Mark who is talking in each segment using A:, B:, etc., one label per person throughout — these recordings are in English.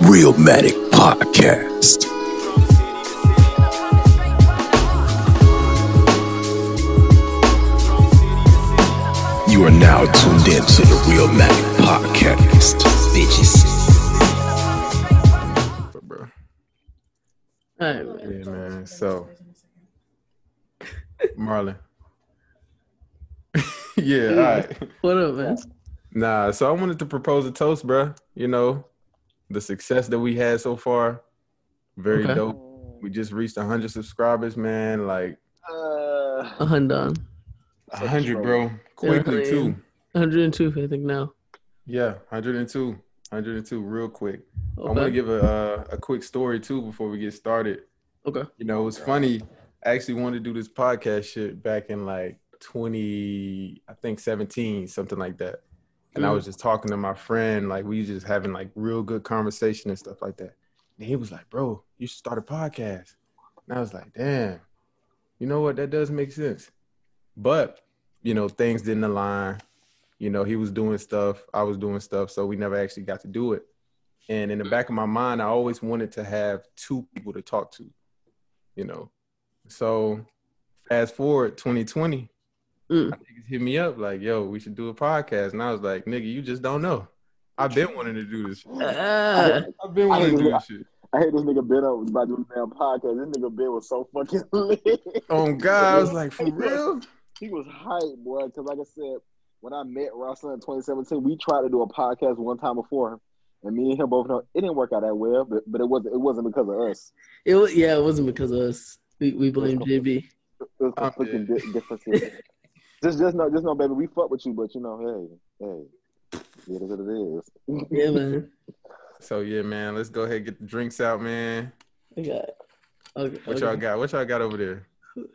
A: Real Matic Podcast. You are now tuned in to the Real Matic Podcast, bitches.
B: But, bro,
C: All right, man.
B: yeah, man. So, Marlon. yeah, all right.
C: What up, man?
B: Nah, so I wanted to propose a toast, bro. You know, the success that we had so far, very
C: Okay.
B: dope. We just reached 100 subscribers, man. Like
C: A
D: Uh,
C: hundred,
B: 100, bro. Quickly,
C: Yeah.
B: too.
C: hundred and two, I think now.
B: Yeah, 102. 102, real quick. I want to
C: Okay.
B: give a uh, a quick story too before we get started.
C: Okay.
B: You know, it's funny. I actually wanted to do this podcast shit back in like 20, I think 17, something like that. And I
C: Mhm.
B: was just talking to my friend, like we just having like real good conversation and stuff like that. And he was like, "Bro, you should start a podcast." And I was like, "Damn, you know what? That does make sense." But you know, things didn't align. You know, he was doing stuff, I was doing stuff, so we never actually got to do it. And in the back of my mind, I always wanted to have two people to talk to, you know. So fast forward 2020,
C: Mm.
B: niggas hit me up like, yo, we should do a podcast. And I was like, nigga, you just don't know. I've been wanting to do this. shit.
C: Ah,
B: I've been wanting to do this shit.
D: I hate this nigga Ben up was about to do the damn podcast. This nigga Ben was so fucking lit.
B: Oh God, I was like, for real?
D: he was hype, boy. Because like I said, when I met Russell in 2017, we tried to do a podcast one time before, and me and him both know it didn't work out that well. But but it wasn't it wasn't because of us.
C: it was, yeah, it wasn't because of us. We we blame JB.
D: It was
B: I'm
D: conflicting
B: dead.
D: di- differences. just just know just know, baby, we fuck with you, but you know, hey hey, it is what it is.
C: Yeah, man.
B: So yeah, man, let's go ahead and get the drinks out, man.
C: I got. it. Okay.
B: What
C: okay.
B: y'all got? What y'all got over there?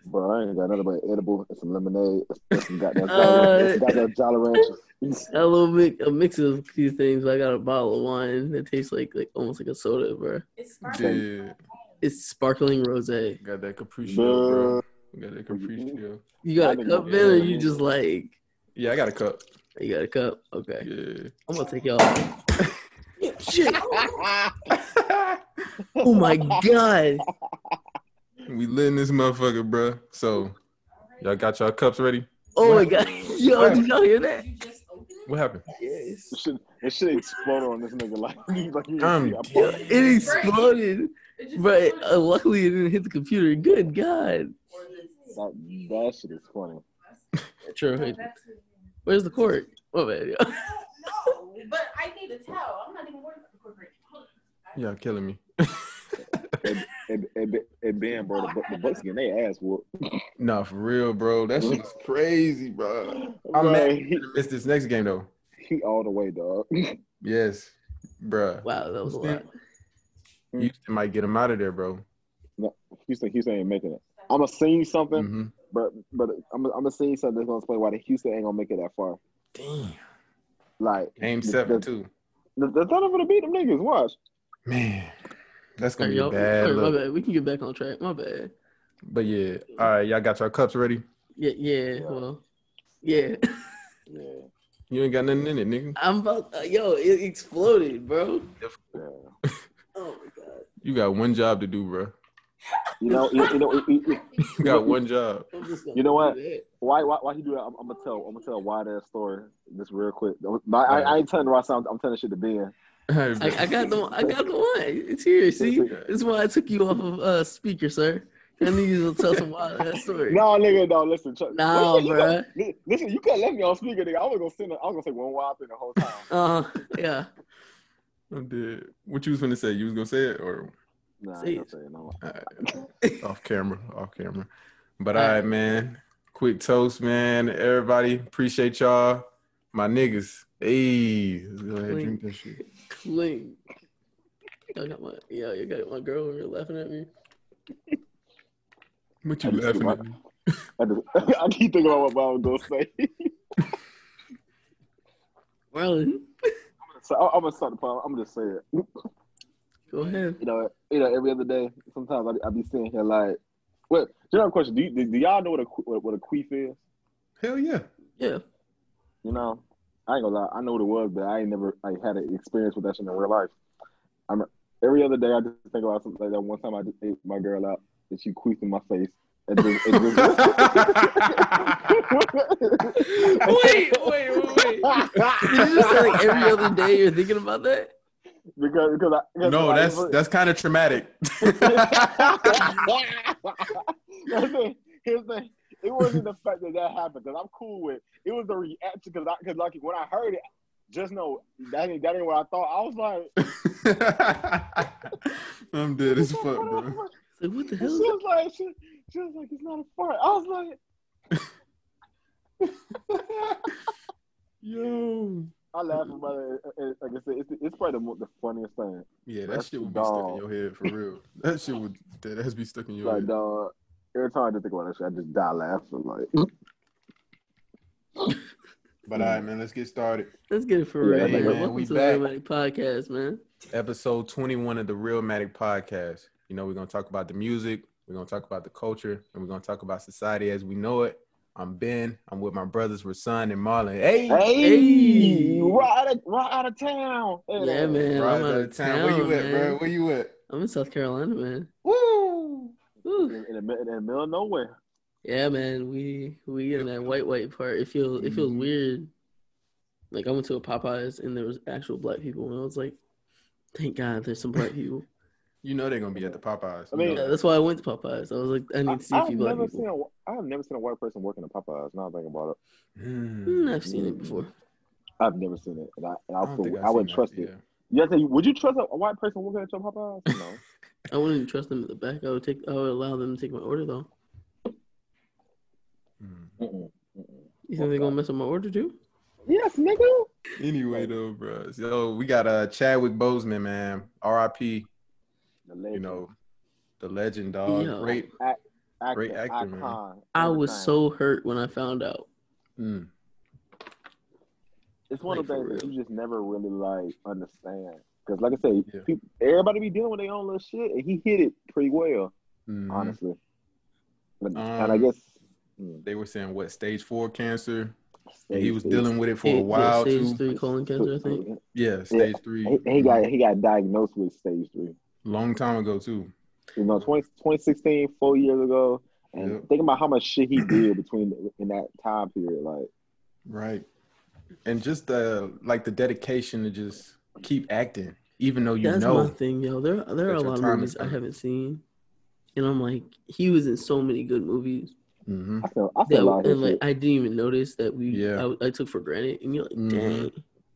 D: Bro, I ain't got nothing but edible and some lemonade and some goddamn
C: Uh,
D: Jolly, goddamn Jolly Ranchers.
C: Got a little mix, a mix of these things. But I got a bottle of wine that tastes like like almost like a soda, bro.
E: It's sparkling.
B: Yeah,
C: It's sparkling rosé.
B: got that Capriccio, bro.
D: Bruh.
B: Got that Capriccio.
C: You got a
D: I
C: cup,
D: think-
C: man, or
B: yeah.
C: you just like
B: Yeah, I got a cup.
C: you got a cup? Okay,
B: Yeah.
C: I'm gonna take y'all. Shit. Oh my god.
B: we lit in this motherfucker, bro. So y'all got y'all cups ready?
C: Oh my god. Yo, did y'all hear that?
E: You just open it?
B: What happened?
C: Yes.
D: This shit, this shit exploded on this nigga like, like he
B: I'm
D: he-
B: dead.
C: It exploded.
E: It just
C: But
E: opened.
C: uh, luckily, it didn't hit the computer. Good God.
D: That, that shit is funny.
C: True.
E: No, that's-
C: Where's the court? Oh, man.
E: I don't know, but I need a towel. I'm not even worried about the corporate. Hold on.
B: Y'all killing me.
D: And, and, and Ben, bro, the, Bu- the Bucks getting their ass whooped.
B: Nah, for real, bro. That shit is crazy, bro. I'm
D: Bro,
B: mad
D: he,
B: It's this next game though.
D: he all the way, dog.
B: Yes, bro.
C: Wow, that was a lot.
B: Houston might get him out of there, bro.
D: Houston, Houston ain't making it. I'm gonna sing you something,
B: hmm
D: but but I'm I'm gonna sing you something that's gonna explain why the Houston ain't gonna make it that far.
B: Damn.
D: Like
B: Game
D: the-
B: seven
D: The,
B: too.
D: the, the Thunder gonna beat them niggas. Watch.
B: Man, that's gonna
C: Sorry,
B: be a
C: y'all.
B: bad
C: Sorry, my
B: look.
C: bad. We can get back on track. My bad.
B: But yeah, all right, y'all got your cups ready.
C: Yeah, yeah, well, yeah.
D: Yeah,
B: You ain't got nothing in it, nigga.
C: I'm about, uh, yo, it exploded, bro.
D: yeah.
C: Oh, my God.
B: You got one job to do, bro.
D: You know, you, you know, you- you- you-
B: You got one job.
C: I'm just gonna
D: You know
C: do
D: what?
C: that.
D: Why, why, why he do that? I'm, I'm gonna tell, I'm gonna tell a wide ass story just real quick. No, I, I ain't telling Ross. I'm, I'm telling shit to Ben.
C: I, I got the one. I got the one. It's here. See, this is why I took you off of uh, speaker, sir. I knew you was gonna tell some wild ass story.
D: No, nigga, no. Listen, Chuck.
C: Nah,
D: listen, you
C: bruh.
D: gon- li- Listen, you could left me on speaker, nigga. I was gonna send. A, I was gonna say one wild thing the whole time.
C: Uh, yeah.
B: I'm dead. What you was gonna say? You was gonna say it or
D: Nah, I
C: See.
D: ain't gonna say it, no.
B: off camera, off camera. But all
C: All
B: right,
C: right.
B: man. Quick toast, man. Everybody, appreciate y'all. My niggas. Hey, let's go ahead and drink this shit.
C: Clean. Y'all got my yeah, you got my girl when you're laughing at me.
B: What you
D: I just-
B: laughing at? me?
D: I, just, I keep thinking about what I was gonna say.
C: Marlon,
D: so I, I'm gonna start the problem. I'm gonna just say it.
C: go ahead.
D: You know, you know, every other day. Sometimes I, be- I be sitting here like, what? You know, a question. Do, you, do, do y'all know what a que- what, what a queef is?
B: Hell yeah.
C: Yeah.
D: You know, I ain't gonna lie. I know what it was, but I ain't never like had an experience with that shit in real life. I'm Every other day, I just think about something like that. One time, I just ate my girl out, and she queefed in my face. It just, it just-
C: wait, wait, wait. Did you just say like every other day you're thinking about that?
D: because, because I, because
B: no,
D: I-
B: that's that's kind of traumatic.
D: That's it. Here's the thing. It wasn't the fact that that happened because I'm cool with. It was the reaction because I because like when I heard it, just know that ain't that ain't what I thought. I was like,
B: I'm dead as fuck,
D: what
B: bro.
D: the fuck?
C: It's like what the
D: And she
C: hell?
D: was like, she, she was like, it's not a fart. I was like,
B: Yo.
D: I laughed about it. And- and Like I said, it's, it's probably the, mo- the funniest thing.
B: Yeah, that
D: That's
B: shit would be stuck in
D: dog.
B: your head for real. That shit would that has be stuck in your
D: Like,
B: head.
D: dog, every time I just think about that shit, I just die laughing. Like,
B: But all right, man, let's get started.
C: Let's get it for
D: Yeah,
C: real,
D: man,
C: man.
B: we
C: Welcome to
B: back.
C: the Romantic Podcast, man.
B: Episode 21 of the Real Matic Podcast. You know, we're gonna talk about the music, we're gonna talk about the culture, and we're gonna talk about society as we know it. I'm Ben. I'm with my brothers, Rasan and Marlon. Hey,
D: hey,
C: Hey.
D: right out of, right out of town.
C: Yeah, man.
B: Rise
C: I'm
B: out
C: out
B: of town. Where you at,
C: man.
B: bro? Where you at?
C: I'm in South Carolina, man.
B: Woo!
C: Woo.
D: In, in, the, mi- in the middle of nowhere.
C: Yeah, man. We we in that white white part. It feels it feels
D: Mm-hmm.
B: Mhm.
C: weird. Like I went to a Popeyes and there was actual black people, and I was like, "Thank God, there's some black people."
B: You know they're gonna be at the Popeyes.
D: I
B: You know
D: mean- uh,
C: Yeah,
B: that.
C: that's why I went to Popeyes. I was like, "I need to see a
D: I've
C: few black
D: never
C: people."
D: seen a, I've never seen a white person working at Popeyes. Now I'm thinking about it.
B: Hmm.
C: Mm, I've seen it before.
D: I've never seen it, and I, and I,
B: I don't
D: would-
B: think I've
D: I wouldn't
B: seen
D: trust
B: that,
D: it.
B: yeah.
D: Yeah, I tell you, would you trust a, a white person working at your Popeyes? No.
C: I wouldn't trust them at the back. I would take. I would allow them to take my order though.
B: Hmm.
D: Mm-mm, mm-mm.
C: You think they're gonna mess up my order too?
D: yes, nigga.
B: Anyway, though, bro. So we got uh Chadwick Boseman, man. R.I.P.
D: The legend,
B: You know, the legend, dog.
C: Yo.
B: Great.
D: actor,
B: great actor, man.
D: icon.
C: I
D: everything.
C: was so hurt when I found out.
B: Mm.
D: It's one of the
C: like,
D: things
C: for
D: that
C: real.
D: you just never really like understand. Because, like I say,
B: Yeah.
D: people, everybody be dealing with their own little shit, and he hit it pretty well,
B: Mhm.
D: honestly. But, and I
B: Um,
D: guess mm,
B: They were saying what stage four cancer.
D: stage
B: and he was
D: three.
B: dealing with it for
C: Yeah,
B: a while
C: stage
B: too.
C: three colon cancer, I think.
B: Yeah, stage
D: He,
B: three.
D: he got he got diagnosed with stage three.
B: long time ago too.
D: You know, 20, 2016, four years ago, and
B: Yeah.
D: thinking about how much shit he did between in that time period, like
B: Right. And just the like the dedication to just keep acting, even though you
C: That's
B: know
C: my thing, yo. There, there are
B: that
C: a
B: your
C: lot of
B: time
C: movies
B: is
C: I
B: coming.
C: haven't seen, and I'm like, he was in so many good movies
B: Mhm.
D: I feel I feel
C: that,
D: a lot of his
C: and like,
D: shit.
C: I didn't even notice that we,
B: Yeah.
C: I, I took for granted. And you're like,
B: Mhm.
C: dang,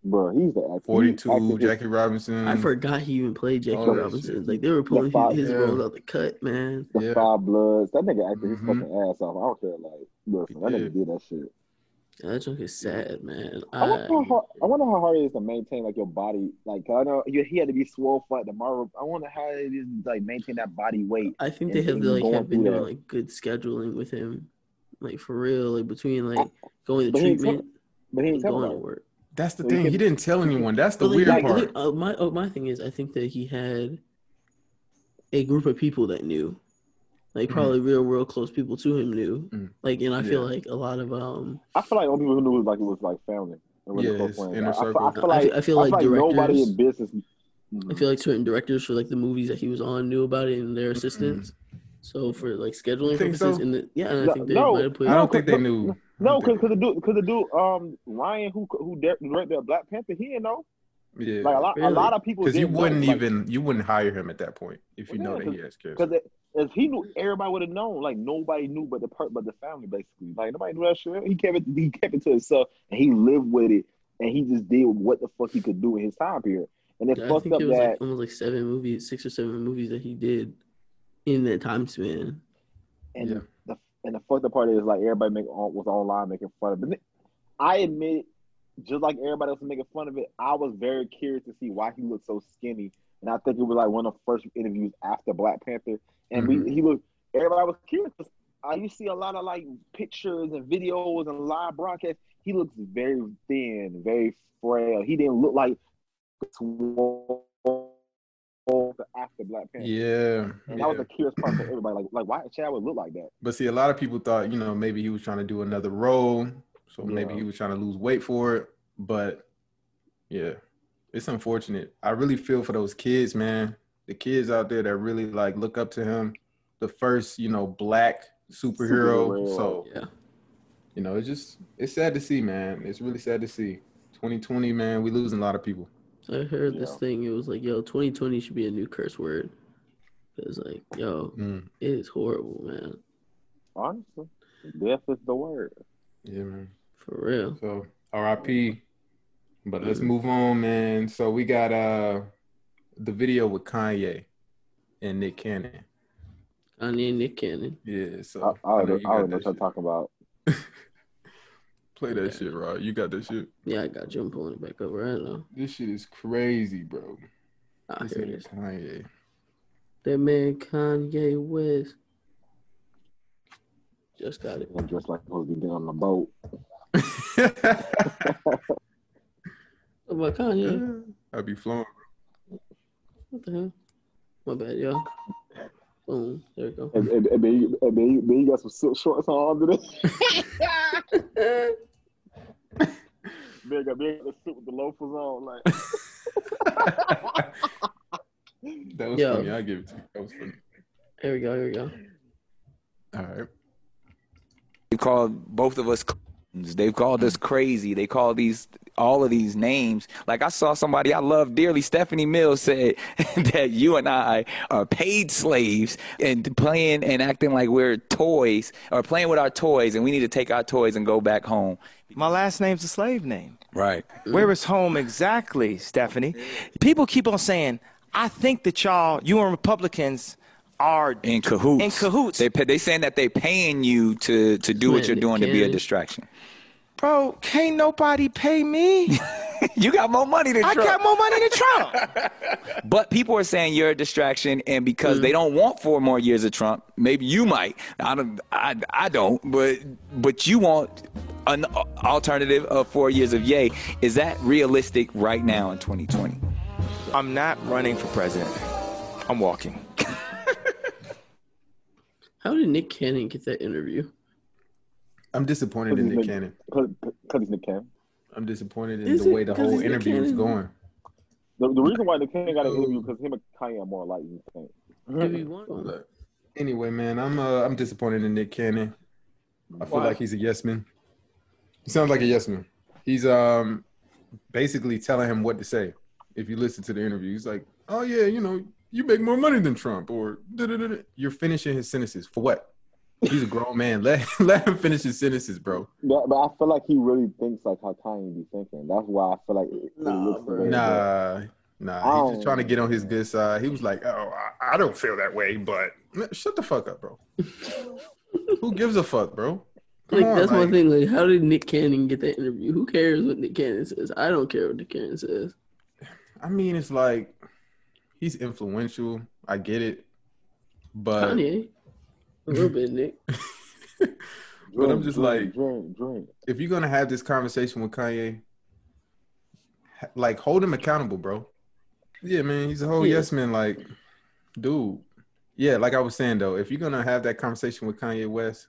D: bro, he's the actor. He's
B: forty-two.
D: acting-
B: Jackie Robinson.
C: I forgot he even played Jackie
B: Mm-hmm. Oh, that
C: Robinson.
B: shit.
C: Like they were pulling
D: fuck,
C: his, his
B: yeah.
C: roles out the cut, man.
D: the
B: yeah.
D: Five Bloods. That nigga acted his
B: Mhm.
D: fucking ass off. I don't care. Like, listen, that
B: He
D: nigga did that shit.
C: Yeah, that junk is sad, man.
D: I, wonder
C: I,
D: how hard, I wonder how hard it is to maintain like your body. Like, I know you, he had to be swole for like, the Marvel. I wonder how it is to like maintain that body weight.
C: I think they
D: And-
C: have
D: and
C: like
D: going
C: have been
D: through
C: doing
D: that.
C: like good scheduling with him, like for real, like between like going to
D: But he ain't
C: treatment
D: But he
C: and
D: ain't talking
C: going to
D: about it.
C: work.
B: That's the
D: So you
B: thing. He
D: can-
B: didn't tell anyone. That's the
C: But like,
B: weird
C: like,
B: part.
C: look, uh, my uh, my thing is, I think that he had a group of people that knew, like
B: Mhm.
C: probably real world close people to him knew,
B: Mm.
C: like and I feel
B: Yeah.
C: like a lot of um,
D: I feel like only people who knew was like it was like family. It was
B: Yeah,
D: close
B: his
D: friends.
B: inner
D: I- I feel-
B: circle.
D: I, feel
C: I
D: like,
C: feel- I feel like
D: nobody
C: directors- Mm-hmm.
D: in business. Mhm.
C: I feel like certain directors for like the movies that he was on knew about it and their assistants. So for like scheduling
B: You think
C: purposes,
B: so?
C: and the, yeah, and
D: No-
C: I think they
D: no,
C: might have put.
B: I don't
D: No,
B: think they
D: no,
B: knew.
D: No,
B: I don't
D: because
B: think-
D: the dude, because the dude, um, Ryan, who who di- directed Black Panther, he didn't know.
B: yeah,
D: Like a lot, a
C: Really?
D: lot of people.
B: because you
D: didn't know.
B: wouldn't
D: Like,
B: even you wouldn't hire him at that point if you
D: Well,
B: know
D: yeah,
B: that he has kids.
D: Because if he knew, everybody would have known. Like nobody knew, but the part, but the family basically. Like nobody knew that shit. He kept it. He kept it to himself, and he lived with it, and he just did what the fuck he could do in his time period. And it
C: Yeah, I
D: fucked
C: think
D: up
C: it was
D: that,
C: like almost like seven movies, six or seven movies that he did in that time span.
D: and
B: Yeah.
D: the and the fucked up part is like everybody make on- was online making fun of. it. But I admit, just like everybody else was making fun of it, I was very curious to see why he looked so skinny. And I think it was like one of the first interviews after Black Panther, and
B: Mm-hmm.
D: we he looked. Everybody was curious. I you see a lot of like pictures and videos and live broadcasts. He looks very thin, very frail. He didn't look like swole after Black Panther.
B: Yeah, yeah.
D: And that was the curious part for everybody. Like, like why Chad would look like that?
B: but see, a lot of people thought you know maybe he was trying to do another role, so maybe
D: Yeah.
B: he was trying to lose weight for it. But yeah, it's unfortunate. I really feel for those kids, man. the kids out there that really like look up to him, the first you know black superhero.
D: Superhero.
B: So
C: Yeah.
B: you know, it's just it's sad to see, man. It's really sad to see. 2020, man, we losing a lot of people.
C: I heard this
D: Yeah.
C: thing. It was like, yo, 2020 should be a new curse word. It was like, yo,
B: Mm,
C: it is horrible, man.
D: Honestly, death is the word.
B: yeah, man.
C: For real.
B: So R.I.P. But let's move on, man. So we got uh the video with Kanye and Nick Cannon.
C: Kanye and Nick Cannon.
B: Yeah, so
D: I, I,
B: I know
D: already-
B: you
D: I already
B: got that
D: know what you're
B: shit.
D: talking about.
B: Play that shit, Rod. You got that shit.
C: Yeah, I got you. I'm pulling it back up right now.
B: This shit is crazy, bro.
C: I
B: This
C: hear
B: nigga
C: this.
B: Kanye.
C: That man Kanye West just got it.
D: I'm dressed like supposed to be on the boat.
C: What about Kanye?
B: I'll be flowing.
C: What the hell? My bad, y'all. Boom. There we go.
D: And, and, and, then you- and then you- then you got some silk shorts on under this. Big got big the suit with the loafers on. Like,
B: that was
C: Yo.
B: funny. I give it to you. That was funny.
C: Here we go. Here we go.
B: All right.
F: They called both of us. clowns. They've called
G: Mm.
F: us crazy. They call these all of these names. Like I saw somebody I love dearly, Stephanie Mills, said that you and I are paid slaves and playing and acting like we're toys or playing with our toys, and we need to take our toys and go back home.
G: My last name's a slave name.
F: Right.
G: Where is home exactly, Stephanie? People keep on saying, I think that y'all, you and Republicans, are.
F: In cahoots.
G: In cahoots.
F: They pa- they saying that they paying you to to do what
C: Man,
F: you're
C: Nick
F: doing to be a
C: Cannon.
F: distraction.
G: Bro, can't nobody pay me?
F: You got more money than
G: I
F: Trump.
G: got more money than Trump.
F: But people are saying you're a distraction, and because they don't want four more years of Trump, maybe you might. I don't. I, I don't. But but you want an alternative of four years of yay. Is that realistic right now in 2020?
G: I'm not running for president. I'm walking.
C: How did Nick Cannon get that interview?
B: I'm disappointed in Nick Cannon.
D: Because he's Nick Cannon.
B: I'm disappointed in
C: Is
B: the
C: it?
B: way the
C: 'Cause
B: whole
C: he's Nick
B: interview is
C: Cannon?
B: going.
D: The, the reason why Nick Cannon got an interview because him and Kanye are more alike, you think.
C: Did we want him?
B: Look, anyway, man, I'm uh, I'm disappointed in Nick Cannon. I feel like he's a yes man. He sounds like a yes man. He's um basically telling him what to say. If you listen to the interview, he's like, "Oh yeah, you know, you make more money than Trump," or "Da-da-da-da." "You're finishing his sentences for what?" He's a grown man. Let let him finish his sentences, bro.
D: Yeah, but I feel like he really thinks like how Kanye be thinking. That's why I feel like it, it
C: Nah,
D: looks the
C: bro.
D: way it looks.
B: Nah, nah. He's just
D: Oh.
B: trying to get on his good side. He was like, "Oh, I, I don't feel that way," but Man, shut the fuck up, bro. Who gives a fuck, bro? Come
C: Like
B: on,
C: that's
B: like-
C: my thing. Like, how did Nick Cannon get that interview? Who cares what Nick Cannon says? I don't care what Nick Cannon says.
B: I mean, it's like he's influential. I get it, but
C: Kanye, a little bit Nick.
B: But I'm just
D: drink,
B: like-
D: drink, drink.
B: if you're gonna have this conversation with Kanye, ha- like hold him accountable, bro. Yeah, man, he's a whole
C: Yeah.
B: yes man. Like, dude, yeah. Like I was saying though, if you're gonna have that conversation with Kanye West,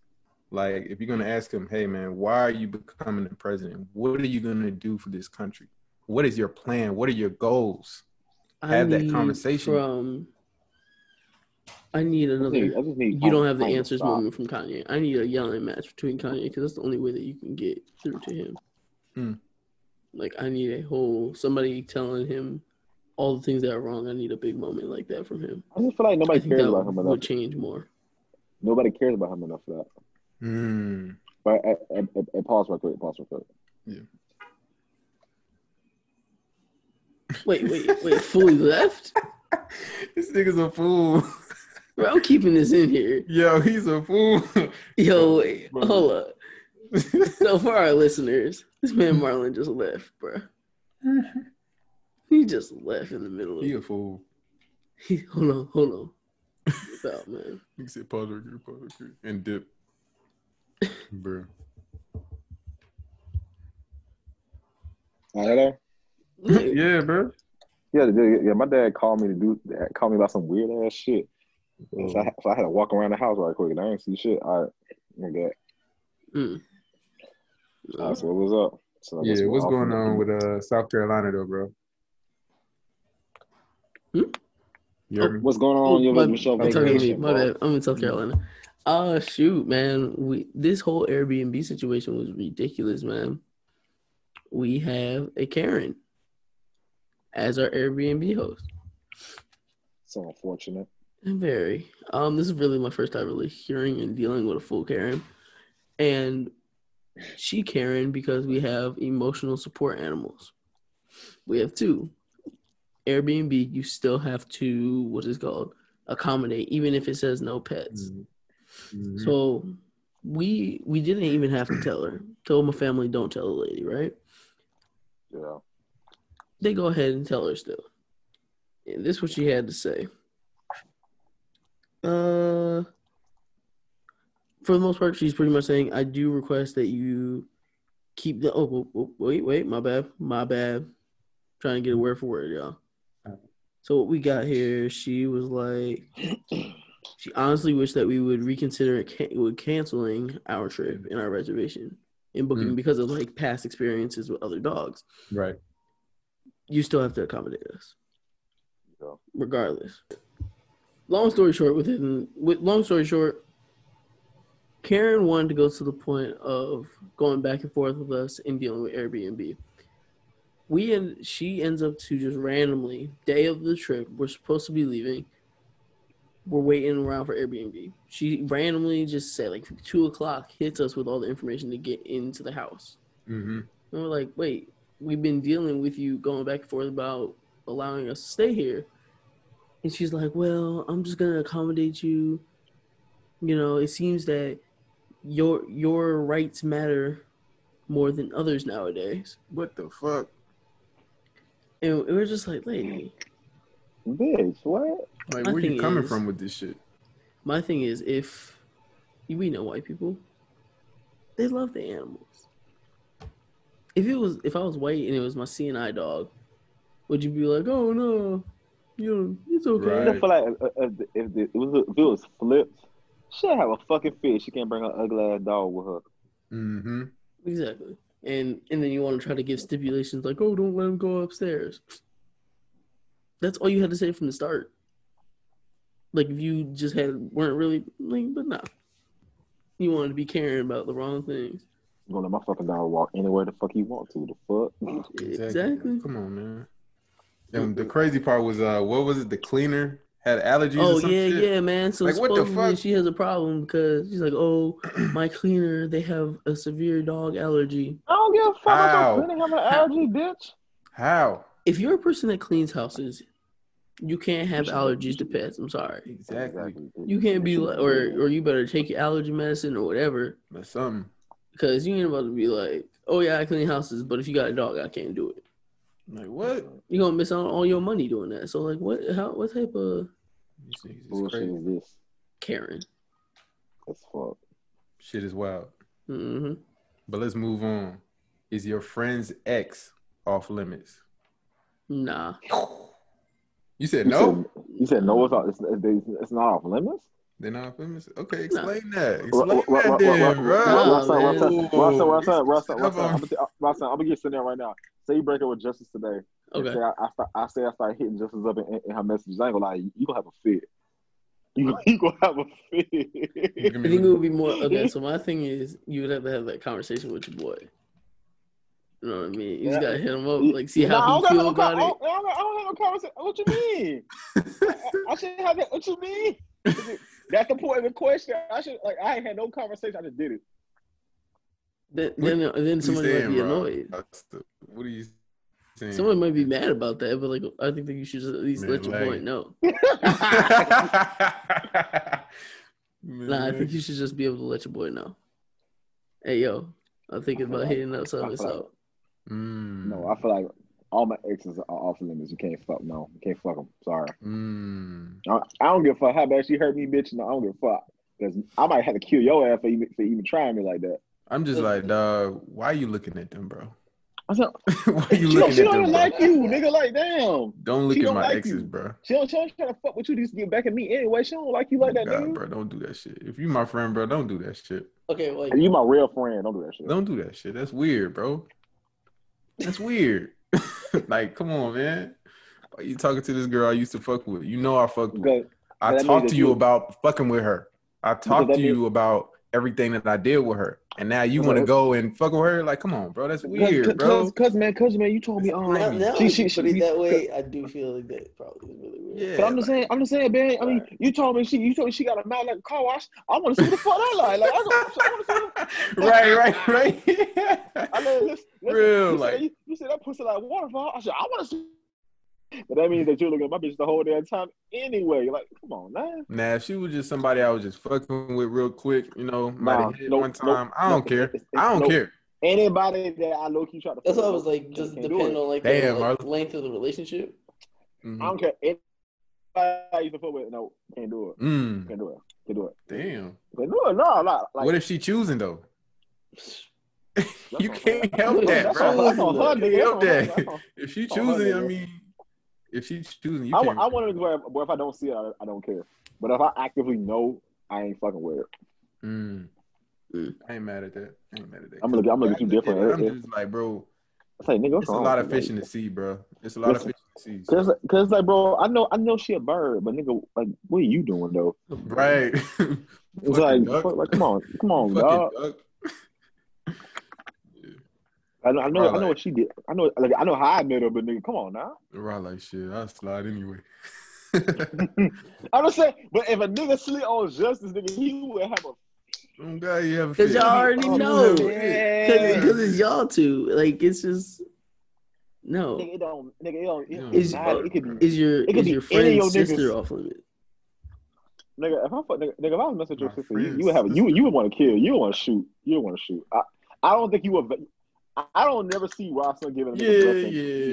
B: like if you're gonna ask him, hey man, why are you becoming the president? What are you gonna do for this country? What is your plan? What are your goals?
C: I
B: Have that
C: need
B: conversation.
C: From I need
D: I
C: another.
D: just need, I just need
C: you don't have the
D: Kanye to
C: answers
D: stop.
C: moment from Kanye. I need a yelling match between Kanye because that's the only way that you can get through to him.
B: Hmm.
C: Like I need a whole somebody telling him all the things that are wrong. I need a big moment like that from him.
D: I just feel like
C: I
D: nobody
C: think
D: cares
C: that
D: about him enough.
C: would change more.
D: Nobody cares about him enough for that.
B: Hmm.
D: But uh, I, I, I, I pause real quick. Pause real quick.
C: Wait, wait, wait! fully left?
B: This nigga's a fool.
C: Bro, I'm keeping this in here.
B: Yo, he's a fool.
C: Yo, wait,
B: Bro.
C: hold up. So for our listeners, this man Marlon just left, bro. He just left in the middle of.
B: he a fool.
C: He, hold on, hold on. What's up, man?
B: You can say pause right here, pause right here, and dip. Bro.
D: All right, Uh, there.
C: Like,
B: Yeah, bro.
D: Yeah, yeah, yeah, my dad called me to do called me about some weird ass shit. And So, I, so I had to walk around the house right quick, and I didn't see shit. All right, my dad.
C: mm.
D: All right, so what was up? So I guess
B: Yeah,
D: we're
B: what's
D: off
B: going
D: the-
B: on with uh South Carolina though, bro?
C: Hmm?
B: You heard me?
D: What's going on? Your
C: my,
D: Michelle
C: I'm, talking to you.
D: vacation.
C: My
D: bro?
C: bad. I'm in South Carolina. Oh shoot, man. We this whole Airbnb situation was ridiculous, man. We have a Karen as our Airbnb host.
D: So unfortunate.
C: Very. Um, this is really my first time really hearing and dealing with a full Karen. And she Karen because we have emotional support animals. We have two. Airbnb, you still have to what is it called accommodate, even if it says no pets.
B: Mhm.
C: So we we didn't even have to tell her. Told my family don't tell the lady, right?
D: Yeah.
C: They go ahead and tell her still. And this is what she had to say. Uh for the most part, she's pretty much saying, I do request that you keep the oh, wo- wo- wait, wait, my bad. My bad. Trying to get it word for word, y'all. So what we got here, she was like she honestly wished that we would reconsider can- with canceling our trip and our reservation and booking
B: Mm.
C: because of like past experiences with other dogs.
B: Right.
C: You still have to accommodate us,
D: Yeah.
C: regardless. Long story short, within with long story short, Karen wanted to go to the point of going back and forth with us and dealing with Airbnb. We and she ends up to just randomly day of the trip. We're supposed to be leaving. We're waiting around for Airbnb. She randomly just said like two o'clock hits us with all the information to get into the house.
B: Mm-hmm.
C: And we're like, wait, we've been dealing with you going back and forth about allowing us to stay here. And she's like, well, I'm just going to accommodate you. You know, it seems that your your rights matter more than others nowadays.
B: What the fuck?
C: And we're just like, lady,
D: Bitch, what?
B: Like,
C: My
B: where you
C: thing
B: coming
C: is-
B: from with this shit?
C: my thing is if we know white people, they love the animals. If it was if I was white and it was my CNI dog, would you be like, oh no, you know, it's okay.
D: I
B: Right.
D: feel like if, if, if, the- if, it was, if it was flipped, she'd have a fucking fit. She can't bring her ugly ass dog with her.
B: Mm-hmm.
C: Exactly. And and then you want to try to give stipulations like, oh, don't let him go upstairs. That's all you had to say from the start. Like if you just had weren't really like, but nah. You wanted to be caring about the wrong things.
D: You gonna let my fucking dog walk anywhere the fuck he want to? The fuck?
C: Exactly.
B: Come on, man. And the crazy part was, uh, what was it? The cleaner had allergies.
C: Oh
B: or some
C: yeah,
B: shit?
C: yeah, man. So
B: Like, what the
C: supposedly
B: fuck?
C: she has a problem because she's like, oh, my cleaner, they have a severe dog allergy.
D: I don't give a fuck.
B: Ow.
D: I'm cleaning him an allergy, bitch.
B: How?
C: If you're a person that cleans houses, you can't have allergies to pets. I'm sorry.
B: Exactly.
D: bitch.
C: You can't be like, or or you better take your allergy medicine or whatever,
B: That's something.
C: because you ain't about to be like, oh yeah, I clean houses, but if you got a dog, I can't do it.
B: Like what?
C: You're gonna miss out on all your money doing that. So like, what? How? What type of
B: This nigga's is
D: bullshit
B: crazy.
D: is this?
C: Karen?
D: As fuck.
B: Shit is wild.
C: hmm
B: But let's move on. Is your friend's ex off limits?
C: Nah.
B: You said
D: You
B: no.
D: said- You said no. It's, not- it's, it's- it's not off limits.
B: They're not off limits. Okay, explain that.
D: Ru-
B: Explain
D: ru- ru- ru-
B: that,
D: ru-
B: then,
D: ru-
B: bro.
D: Russell,
C: Nah,
D: Russell,
B: man.
D: Russell, Russell,
B: Ooh.
D: Russell,
B: Come
D: Russell.
B: on.
D: I'm gonna- Russell, I'm gonna get sitting there right now. Say you break up with Justice today. and
C: Okay.
D: Say I, I, start, I say I start hitting Justice up in, in, in her messages. I ain't gonna lie. You, you gonna have a fit. You, you gonna have a
B: You
D: fit.
B: can
C: I
B: be
C: think it
B: looking-
C: would be more okay. So my thing is, you would have to have that conversation with your boy. You know what I mean? You just
D: Yeah.
C: gotta hit him up, like see how
D: Nah, I don't
C: he feel
D: got no- I
C: about it.
D: don't- I don't, I don't have no conversation. What you mean? I, I shouldn't have that. What you mean? That's the point of the question. I should like I ain't had no conversation. I just did it.
C: Then then, then
B: What you
C: somebody might
B: saying,
C: be
B: bro?
C: annoyed.
B: That's the- What are you saying?
C: Someone might be mad about that, but like I think that you should just at least
B: Man,
C: let your
B: like-
C: boy know.
B: Man,
C: Nah, I think you should just be able to let your boy know. Hey yo, I'm thinking about hitting up something. So
B: Mm.
D: No, I feel like all my exes are off limits. You can't fuck no. You can't fuck them. Sorry.
B: Mm.
D: I, I don't give a fuck how bad she hurt me, bitch. No, I don't give a fuck. Cause I might have to kill your ass for even for even trying me like that.
B: I'm just like, dog. Why are you looking at them, bro?
D: I said,
B: why are you
D: she don't,
B: looking
D: she
B: at
D: don't
B: them?
D: even
B: bro?
D: like you, nigga. Like, damn.
B: Don't look
D: She
B: at
D: don't
B: my
D: like
B: exes,
D: you.
B: bro.
D: She don't, she don't try to fuck with you just to get back at me anyway. She don't like you like that,
B: Oh, God,
D: nigga.
B: bro, don't do that shit. If you my friend, bro, don't do that shit.
C: okay, like
D: You my real friend. Don't do that shit.
B: Don't do that shit. That's weird, bro. That's weird. like, come on, man. Why you talking to this girl I used to fuck with? You know I fucked with.
D: Because
B: I
D: that
B: talked
D: means
B: to
D: that
B: you
D: you-
B: about fucking with her. I talked
D: that
B: to you about everything that I did with her, and now you want to
D: Right.
B: go and fuck with her? Like, come on, bro, that's
D: cause,
B: weird, bro.
D: Cause, cause, man, cause, man, you told me. Um,
B: Now-
C: now
D: she,
C: that
D: she,
C: you
D: she,
C: put it that way, I do feel like that probably is really weird.
B: Yeah,
D: But I'm just saying, I'm just saying, man. I mean, you told me she, you told me she got a mouth like a car wash. I want to see what the fuck that like. Like, I, don't- I want to see. What,
B: right, right, right.
D: I mean, listen, listen,
B: Real,
D: you
B: like-
D: said, you, you said that pussy like waterfall. I said, I want to see. But that means that you're looking at my bitch the whole damn time anyway. Like, come on, man.
B: Nah, if she was just somebody I was just fucking with real quick, you know, might
D: Nah,
B: have hit
D: nope,
B: one time.
D: nope,
B: I don't
D: nope.
B: care.
D: It's-
B: I don't
D: nope.
B: care.
D: Anybody that I low key try to.
C: That's
D: fuck
C: why I was
D: with,
C: like, just
D: can't do
C: depend
D: it.
C: on like
B: Damn,
C: the like,
B: Marlo.
C: length of the relationship.
B: Mhm.
D: I don't care. Anybody I used to fuck with, no, can't do it.
B: Mm,
D: Can't do it. Can't do it.
B: damn.
D: Can't do it. No, no. Like,
B: what if she choosing though?
D: that's
B: You
D: on her.
B: can't help that,
D: That's on
B: bro.
D: her- that's on her,
B: You can't
D: nigga. That's
B: help
D: on her.
B: that.
D: That's on-
B: If she
D: That's on her,
B: choosing, I
D: nigga.
B: mean, if she choosing, you
D: I
B: can't.
D: want, I want it where, where if I don't see it, I, I don't care. But if I actively know, I ain't fucking with it.
B: Mm.
C: Mm.
B: I ain't mad at that. I ain't mad at that.
D: I'm looking- I'm looking at you
B: I look at
D: different.
B: it, I'm just like, bro,
D: It's like, nigga, what's
B: it's a
D: wrong
B: lot
D: with
B: of
D: you?
B: fish in the sea, bro. It's a lot of
D: Listen.
B: fish in the sea.
D: Cause, cause, like, bro, I know, I know she a bird, but nigga, like, what are you doing though?
B: Right.
D: It's
B: Fucking
D: like,
B: duck.
D: fuck, like, come on, come on, dog.
B: Fucking duck.
D: I, know- I know, I
B: Right.
D: know what she did. I know, like, I know how I met her, but nigga, come on now.
B: Right, like shit. I'll slide anyway.
D: I'm just saying, but if a nigga sleep on justice, nigga, he would have a.
B: I'm glad Oh, you have a
C: Cause
B: fit.
C: y'all already
B: Oh,
C: know.
B: yeah.
C: Cause, 'cause it's y'all two. Like it's just no.
D: Nigga, it don't, nigga, it don't. It,
B: Is-
D: it, matter. it could be,
C: Is your
D: could
C: is
D: be
C: your
D: any of
C: friend's
D: your niggas.
C: sister off limit?
D: nigga. If I fuck, nigga, nigga, if I was messing with your
B: My
D: sister, you,
B: friends.
D: you would have, you, you would want to kill, you would want to shoot, you would want to shoot. I, I don't think you would. I- I don't never see Rossman giving a nigga
B: Yeah,
D: blessing.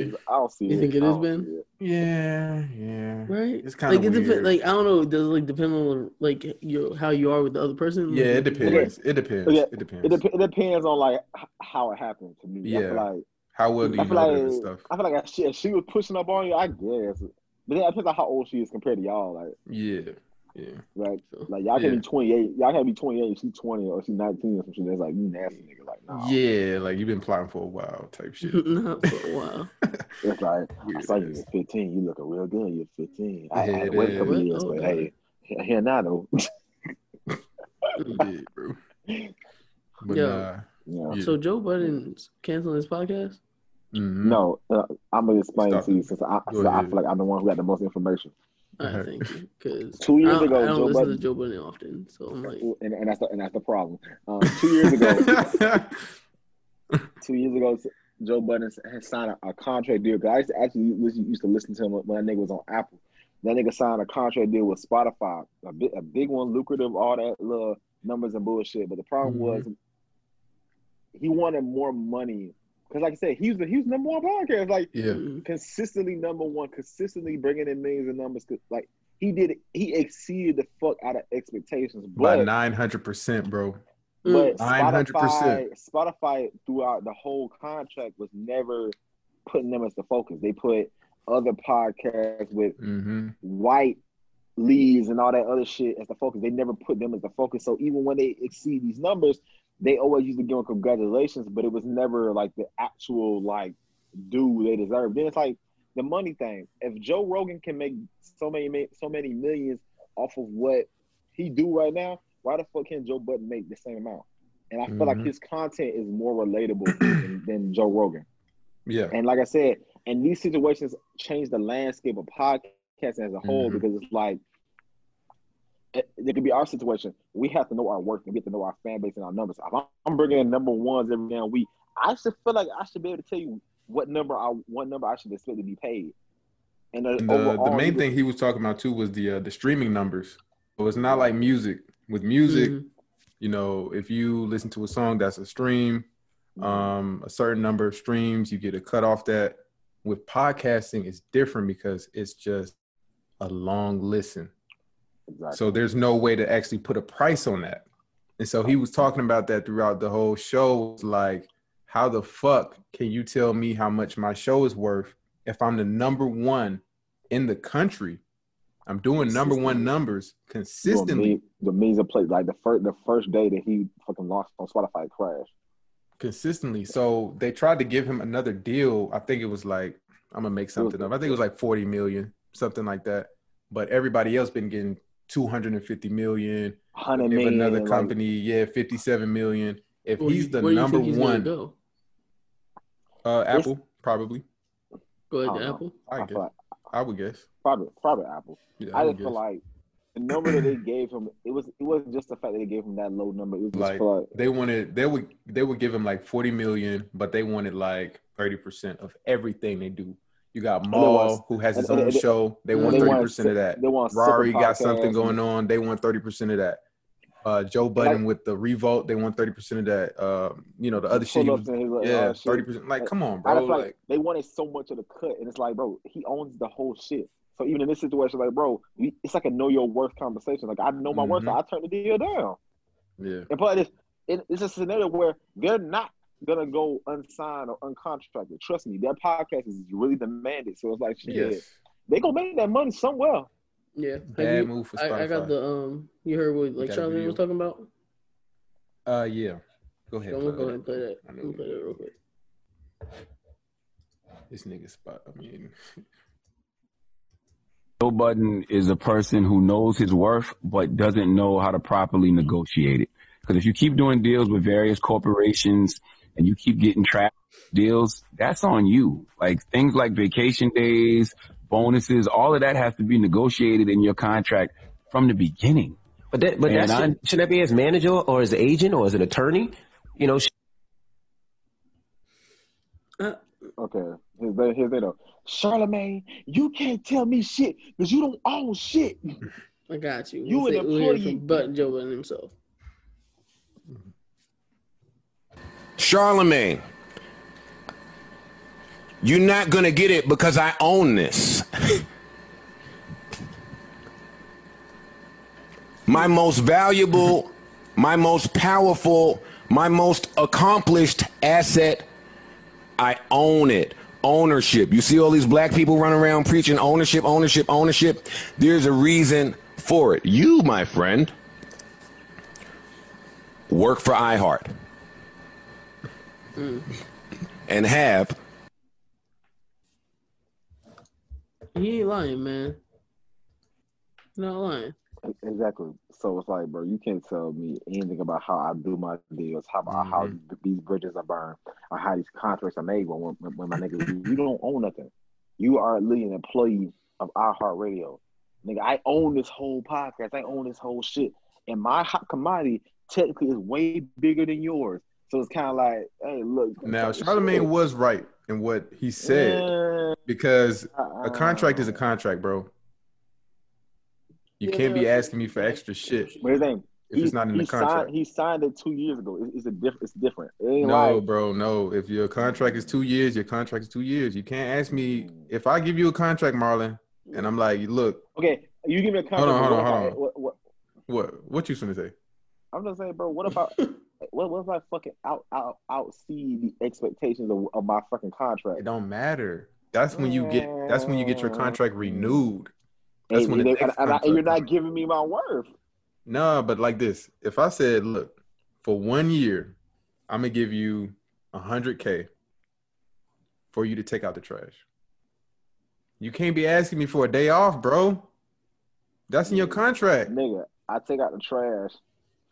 B: yeah.
D: I don't see it.
C: You think it
D: I
C: is,
D: don't
C: Ben?
D: see it.
B: Yeah, yeah.
C: Right?
B: It's kinda
C: like it
B: weird.
C: depends. Like I don't know. Does it, like depend on like your how you are with the other person?
B: Yeah,
C: Like,
B: it depends. It depends.
D: Yeah.
B: It depends.
D: It, dep- it depends on like h- how it happened to me. I
B: Yeah.
D: feel like
B: How well do
D: I
B: you
D: feel
B: know them and
D: like
B: stuff?
D: I feel like if she, if she was pushing up on you, I guess. But then it depends on how old she is compared to y'all. Like,
B: Yeah, yeah.
D: like, like y'all can
B: Yeah.
D: be twenty eight. Y'all can be twenty eight. She's twenty or she's nineteen or some shit. That's like you nasty nigga. Like, nah.
B: Yeah, like you've been plotting for a while type shit.
C: Not for a while.
D: It's like I
B: Weird
D: saw you
B: ass.
D: at fifteen. You looking real good. You're fifteen. I, I
B: Yeah,
D: had to
B: it
D: wait a couple
C: is.
D: years, but
C: Okay.
D: hey, here- here now though.
B: Yeah, bro. But
C: Yo.
B: nah,
D: Yeah.
B: yeah.
C: So Joe Budden's canceling his podcast.
B: Mhm.
D: No, uh, I'm gonna explain
B: Stop.
D: to you since I,
B: Go
D: since I
B: ahead.
D: feel like I'm the one who got the most information.
C: I
B: Alright.
C: thank you. Because
D: Two years
C: I don't,
D: ago,
C: I don't
D: Joe
C: listen
D: Budden,
C: to Joe Budden often, so I'm like,
D: and, and that's the, and that's the problem. Um, two years ago, two years ago, Joe Budden had signed a, a contract deal. 'Cause I used to actually listen- used to listen to him when that nigga was on Apple. That nigga signed a contract deal with Spotify, a big, a big one, lucrative, all that little numbers and bullshit. But the problem was he wanted more money because, like I said, he was the, he was number one podcast, like
B: yeah,
C: mm,
D: consistently number one, consistently bringing in millions and numbers. 'Cause, Like he did, it- he exceeded the fuck out of expectations.
B: by
D: But
B: nine hundred percent, bro.
C: mm,
D: but
B: 900%.
D: Spotify, Spotify throughout the whole contract was never putting them as the focus. They put other podcasts with
B: Mm-hmm.
D: white leads and all that other shit as the focus. They never put them as the focus. So even when they exceed these numbers, they always used to give them congratulations, but it was never like the actual like due they deserve. Then it's like the money thing. If Joe Rogan can make so many ma- so many millions off of what he do right now, why the fuck can Joe Button make the same amount? And I feel like
B: Mhm.
D: his content is more relatable than, than Joe Rogan.
B: Yeah,
D: And like I said, and these situations change the landscape of podcasting as a whole
B: Mhm.
D: because it's like it, it could be our situation. We have to know our work and get to know our fan base and our numbers. If I'm, I'm bringing in number ones every damn week. I should feel like I should be able to tell you what number I what number I should expect to be paid. And, uh,
B: and the,
D: overall,
B: the main
D: you-
B: thing he was talking about too was the uh, the streaming numbers. So it's not like music. With music,
D: Mm-hmm.
C: mm,
B: you know, if you listen to a song that's a stream,
D: Mm-hmm.
B: um, a certain number of streams, you get a cut off that. With podcasting, it's different because it's just a long listen.
D: Exactly.
B: So there's no way to actually put a price on that. And so he was talking about that throughout the whole show. It's Like, how the fuck can you tell me how much my show is worth if I'm the number one in the country? I'm doing number one numbers consistently,
D: Doing me- the means of play like the first the first day that he fucking lost on Spotify crashed.
B: consistently. So they tried to give him another deal. I think it was like I'm gonna make something up. I think it was like 40 million, something like that. But everybody else been getting 250 million.
D: Hundred
B: If
D: million.
B: another
D: like,
B: company, yeah, 57 million. If
C: Where
B: he's
C: you-
B: the
C: where do you
B: number
C: think he's gonna
B: one,
C: Go,
B: uh, Apple probably.
C: go ahead,
D: I
C: to
D: don't know.
C: Apple.
B: I
D: I
B: guess.
D: feel like
B: I would guess.
D: probably probably Apple.
B: Yeah, I,
D: I
B: would
D: just
B: guess.
D: feel like the number that they gave him, it was it wasn't just the fact that they gave him that low number. It was just
B: Like-
D: for like,
B: they wanted they would they would give him like 40 million, but they wanted like 30 percent of everything they do. You got
D: want-
B: Maul who has his
D: and-
B: own
D: and-
B: show.
C: Mm-hmm.
B: They want
D: they
B: thirty
D: want
B: percent of that.
D: They want a
B: Rory
D: separate
B: got
D: podcast.
B: something going on. They want thirty percent of that. Uh, Joe Budden with the revolt. They want thirty percent of that. Um, you know the other shit. he
D: Pull-ups
B: was-
D: and his other
B: yeah,
D: uh, shit.
B: thirty percent. Like, come on,
D: I
B: bro.
D: just feel
B: Like,
D: like, they wanted so much of the cut, and it's like, bro, he owns the whole shit. So even in this situation, like, bro, you- it's like a know your worth conversation. Like, I know my worth, so
B: Mm-hmm.
D: I turn the deal down.
B: yeah,
D: And but it's it, it's a scenario where they're not gonna go unsigned or uncontracted. Trust me, their podcast is really demanded. So it's like, shit,
B: yes,
D: they gonna make that money somewhere.
C: Yeah.
B: bad
C: Have you-
B: move for Spotify.
C: I, I got the um. You heard what like
B: got a
C: Charlie
B: video?
C: was talking about.
B: uh, yeah. Go ahead.
C: I'm gonna
B: plug
C: go ahead
B: it.
C: and play that.
B: I
C: I'm
B: know
C: gonna
B: you
C: play that real quick.
B: This nigga spot. I mean,
H: Joe Budden is a person who knows his worth but doesn't know how to properly negotiate it. Because if you keep doing deals with various corporations and you keep getting trapped deals, that's on you. Like things like vacation days, bonuses, all of that has to be negotiated in your contract from the beginning.
I: But that, but
H: Man,
I: that
H: I-
I: should, should that be his manager or his agent or his attorney? You know, sh-
D: Okay, here's the, here's the though. Charlemagne, you can't tell me shit because you don't own shit.
C: I got you.
D: You
C: We'll
D: an
C: say- we'll hear it from
D: employee.
C: Button Joe Budden himself.
A: Charlemagne, you're not going to get it because I own this. my most valuable, my most powerful, my most accomplished asset, I own it. Ownership. You see all these black people running around preaching ownership, ownership, ownership. There's a reason for it. You, my friend, work for iHeart and have
C: He ain't lying, man. He Not lying.
D: Exactly. So it's like, bro, you can't tell me anything about how I do my deals, how about how
B: Mm-hmm.
D: these bridges are burned, or how these contracts are made. When, when, when my nigga, you don't own nothing. You are literally an employee of iHeartRadio. Nigga, I own this whole podcast. I own this whole shit. And my hot commodity technically is way bigger than yours. So it's kind of like, hey, look.
B: now Charlemagne was right in what he said because
D: Uh,
B: a contract
D: uh-uh.
B: is a contract, bro. You
C: Yeah,
B: can't be
C: yeah.
B: asking me for extra shit
D: But his name,
B: if it's not in the contract.
D: Signed, he signed it two years ago. It- It's a diff, It's different. It ain't
B: No,
D: like-
B: bro, no. If your contract is two years, your contract is two years. You can't ask me if I give you a contract, Marlon, and I'm like, look,
D: Okay, you give me a contract.
B: Hold on, hold
D: but
B: on,
D: what
B: hold
D: about-
B: on.
D: What, what,
B: what what you finna say?
D: I'm just saying, bro. What about what? What if I fucking out out outseed the expectations of, of my fucking
B: It
D: contract?
B: don't matter. That's when you get that's when you get your contract renewed. That's
D: and,
B: when
D: and,
B: the
D: they- and,
B: next
D: and I- and you're
B: contract
D: not giving me my worth.
B: No, but like this. If I said, look, for one year, I'm gonna give you hundred K for you to take out the trash. You can't be asking me for a day off, bro. That's in your contract.
D: Nigga, I take out the trash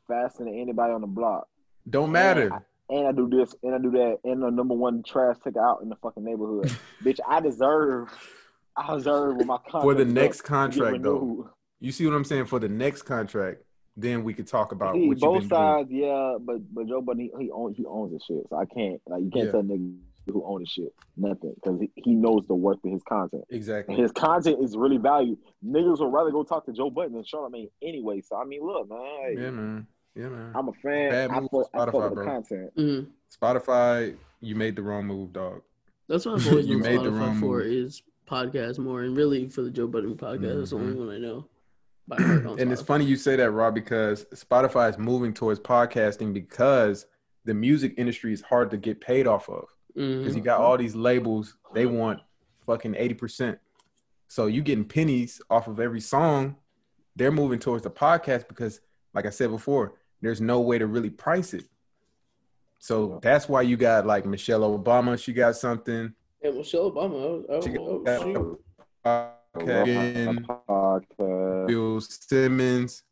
D: faster than anybody on the block,
B: Don't matter.
D: and I do this, and I do that, and the number one trash take out in the fucking neighborhood. Bitch, I deserve. I deserve when my contract
B: For the
D: is up
B: next
D: to get
B: contract though.
D: renewed.
B: You see what I'm saying? For the next contract, then we could talk about
D: See,
B: what you've
D: both
B: been doing.
D: sides, yeah, but but Joe Budden, he, he owns he owns his shit, so I can't like you can't
B: Yeah.
D: tell nigga who owns his shit nothing because he, he knows the worth of his content.
B: Exactly.
D: His content is really valued. Niggas would rather go talk to Joe Budden than Charlamagne anyway. So I mean, look, man, like,
B: Yeah, man. Yeah, man.
D: I'm a fan.
B: Bad
D: I
B: move
D: fuck,
B: for
D: I
B: Spotify,
D: fuck with the
B: bro.
D: content.
C: Mhm.
B: Spotify, you made the wrong move, dog.
C: That's what I've always
B: You
C: been
B: made the wrong
C: Spotify for
B: move.
C: is podcasts more, and really for the Joe Budden podcast, that's the only one I know. By heart on
B: Mm-hmm. and it's
C: Spotify.
B: funny you say that, Rob, because Spotify is moving towards podcasting because the music industry is hard to get paid off of.
C: Mhm.
B: Because you got all these labels, they want fucking 80%. So you getting pennies off of every song. They're moving towards the podcast because, like I said before, there's no way to really price it. So that's why you got like Michelle Obama, she got something.
C: Yeah, Michelle Obama. I was, I
B: She
C: was,
B: got-
C: oh, shoot.
B: Again,
D: Podcast.
B: Bill Simmons.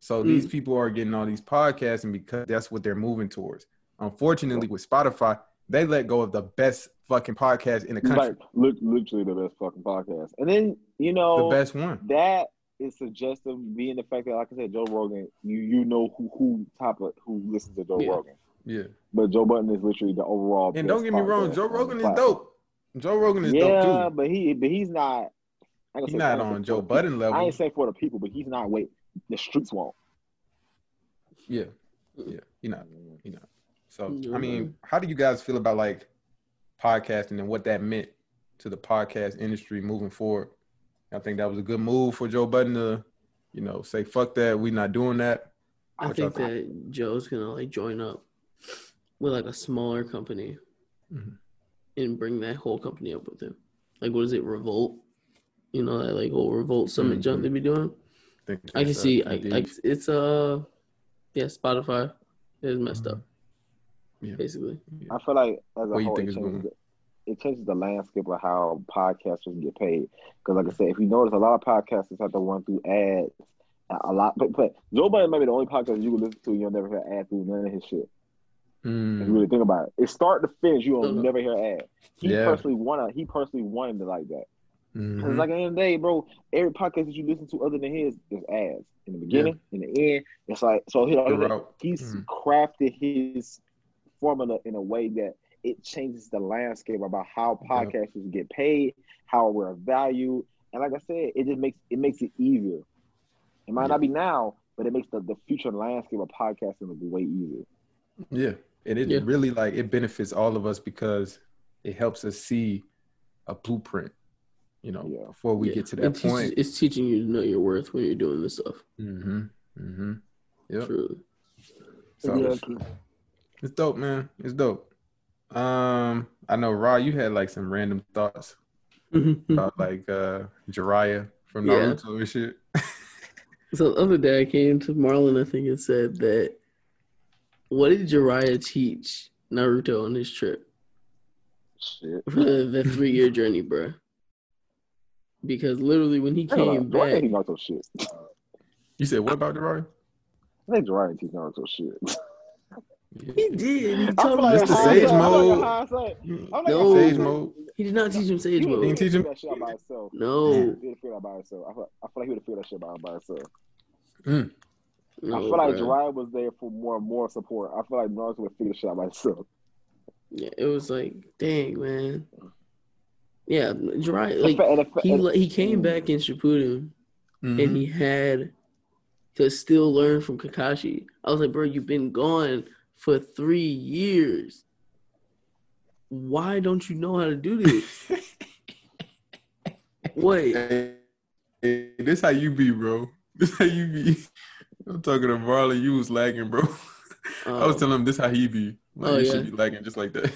B: So these
C: Mm.
B: people are getting all these podcasts, and because that's what they're moving towards. Unfortunately, with Spotify, they let go of the best fucking podcast in the country,
D: Like, li- literally the best fucking podcast. And then, you
B: the
D: know,
B: best one.
D: that is suggestive being the fact that, like I said, Joe Rogan, you you know who who top of, who listens to Joe
C: Yeah.
D: Rogan,
B: Yeah,
D: but Joe Button is literally the overall.
B: and don't
D: best
B: get me wrong,
D: podcast
B: Joe
D: on the
B: Rogan is
D: platform.
B: dope. Joe Rogan is
D: Yeah,
B: dope
D: but he but he's not.
B: too.
D: I ain't
B: He's
D: say- I
B: not
D: ain't say
B: on
D: for
B: Joe
D: the
B: Budden
D: people- I
B: level.
D: ain't saying for the people, but he's not. Wait, the streets won't.
B: Yeah, yeah, you know, you know. So
C: Yeah,
B: I mean,
C: man.
B: how do you guys feel about like podcasting and what that meant to the podcast industry moving forward? I think that was a good move for Joe Budden to, you know, say fuck that, we not doing that.
C: I
B: What y'all
C: think that Joe's gonna like join up with like a smaller company
B: Mhm.
C: and bring that whole company up with him. Like, what is it, Revolt? You know, that like whole Revolt Summit
B: Mm-hmm.
C: junk they be doing.
B: think
C: I can
B: that's, uh,
C: see. I, I,
B: indeed.
C: it's uh, yeah, Spotify is messed up.
B: Mm-hmm. Yeah.
C: Basically,
D: I feel like as a
B: Where you
D: whole,
B: think
D: it
B: it's
D: changes,
B: going?
D: the- it changes the landscape of how podcasters get paid. Because, like I said, if you notice, a lot of podcasters have to run through ads. A a lot, but, but Joe Budden might be the only podcast you can listen to and you'll never hear ads through none of his shit. If you
B: Mm,
D: really think about it, it's start to finish, you'll
C: Mhm.
D: never hear ads. He
B: Uh-huh. Yeah.
D: personally wanted, he personally wanted it like that.
B: mhm.
D: 'Cause like at the end of the day, bro, every podcast that you listen to other than his is ads in the beginning, in the end. It's like so. He,
B: The route.
D: he's
B: Mhm.
D: crafted his formula in a way that it changes the landscape about how
B: Yeah.
D: podcasters get paid, how we're valued, and like I said, it just makes it makes it easier. It might
B: Yeah.
D: not be now, but it makes the, the future landscape of podcasting look way easier.
B: Yeah, and it
C: Yeah.
B: really like it benefits all of us because it helps us see a blueprint. You know,
D: Yeah.
B: before we
C: Yeah.
B: get to
C: it
B: that
C: teaches,
B: point.
C: it's teaching you to know your worth when you're doing this stuff.
B: Mm-hmm. Mm-hmm. Yep.
C: Truly,
B: So
D: Yeah,
B: it's, it's dope, man. It's dope. Um, I know Ra, you had like some random thoughts about like uh Jiraiya from
C: Yeah.
B: Naruto and shit.
C: So the other day I came to Marlon, I think, and said that what did Jiraiya teach Naruto on his trip
D: Shit.
C: for the, the three year journey, bro? Because literally when he
D: I ain't
C: came
D: gonna lie, Jiraiya
C: back,
D: teach Naruto shit.
B: You said what about Jiraiya?
D: I think Jiraiya teach Naruto shit.
C: he did. He
D: I feel
C: told him
B: Mr.
D: like in
B: Sage
D: hindsight- I feel like in
B: mode.
D: hindsight-
B: Yeah.
D: I'm like,
C: No.
B: Sage mode.
C: He did not teach him sage
D: He would
B: didn't
C: mode.
B: teach- him?
D: that shit out by himself. He
C: No,
D: would figure that out by himself. I feel, I feel like he would have figured that shit out by himself.
C: no
D: I feel like
C: bro.
D: Jiraiya was there for more more support. I feel like Naruto would figure the shit out by himself.
C: Yeah, it was like, dang, man. Yeah, Jiraiya,
D: The fa-
C: like
D: and the fa-
C: he
D: and-
C: le- he came back in Shippuden and
D: Mm-hmm.
B: Mhm.
C: he had to still learn from Kakashi. I was like, bro, you've been gone for three years. Why don't you know how to do this? Wait,
B: Hey, hey, this how you be, bro. This how you be. I'm talking to Marlon. You was lagging, bro. I was
C: um,
B: telling him this how he be. Like,
C: Oh,
B: you
C: yeah.
B: should be lagging just like that.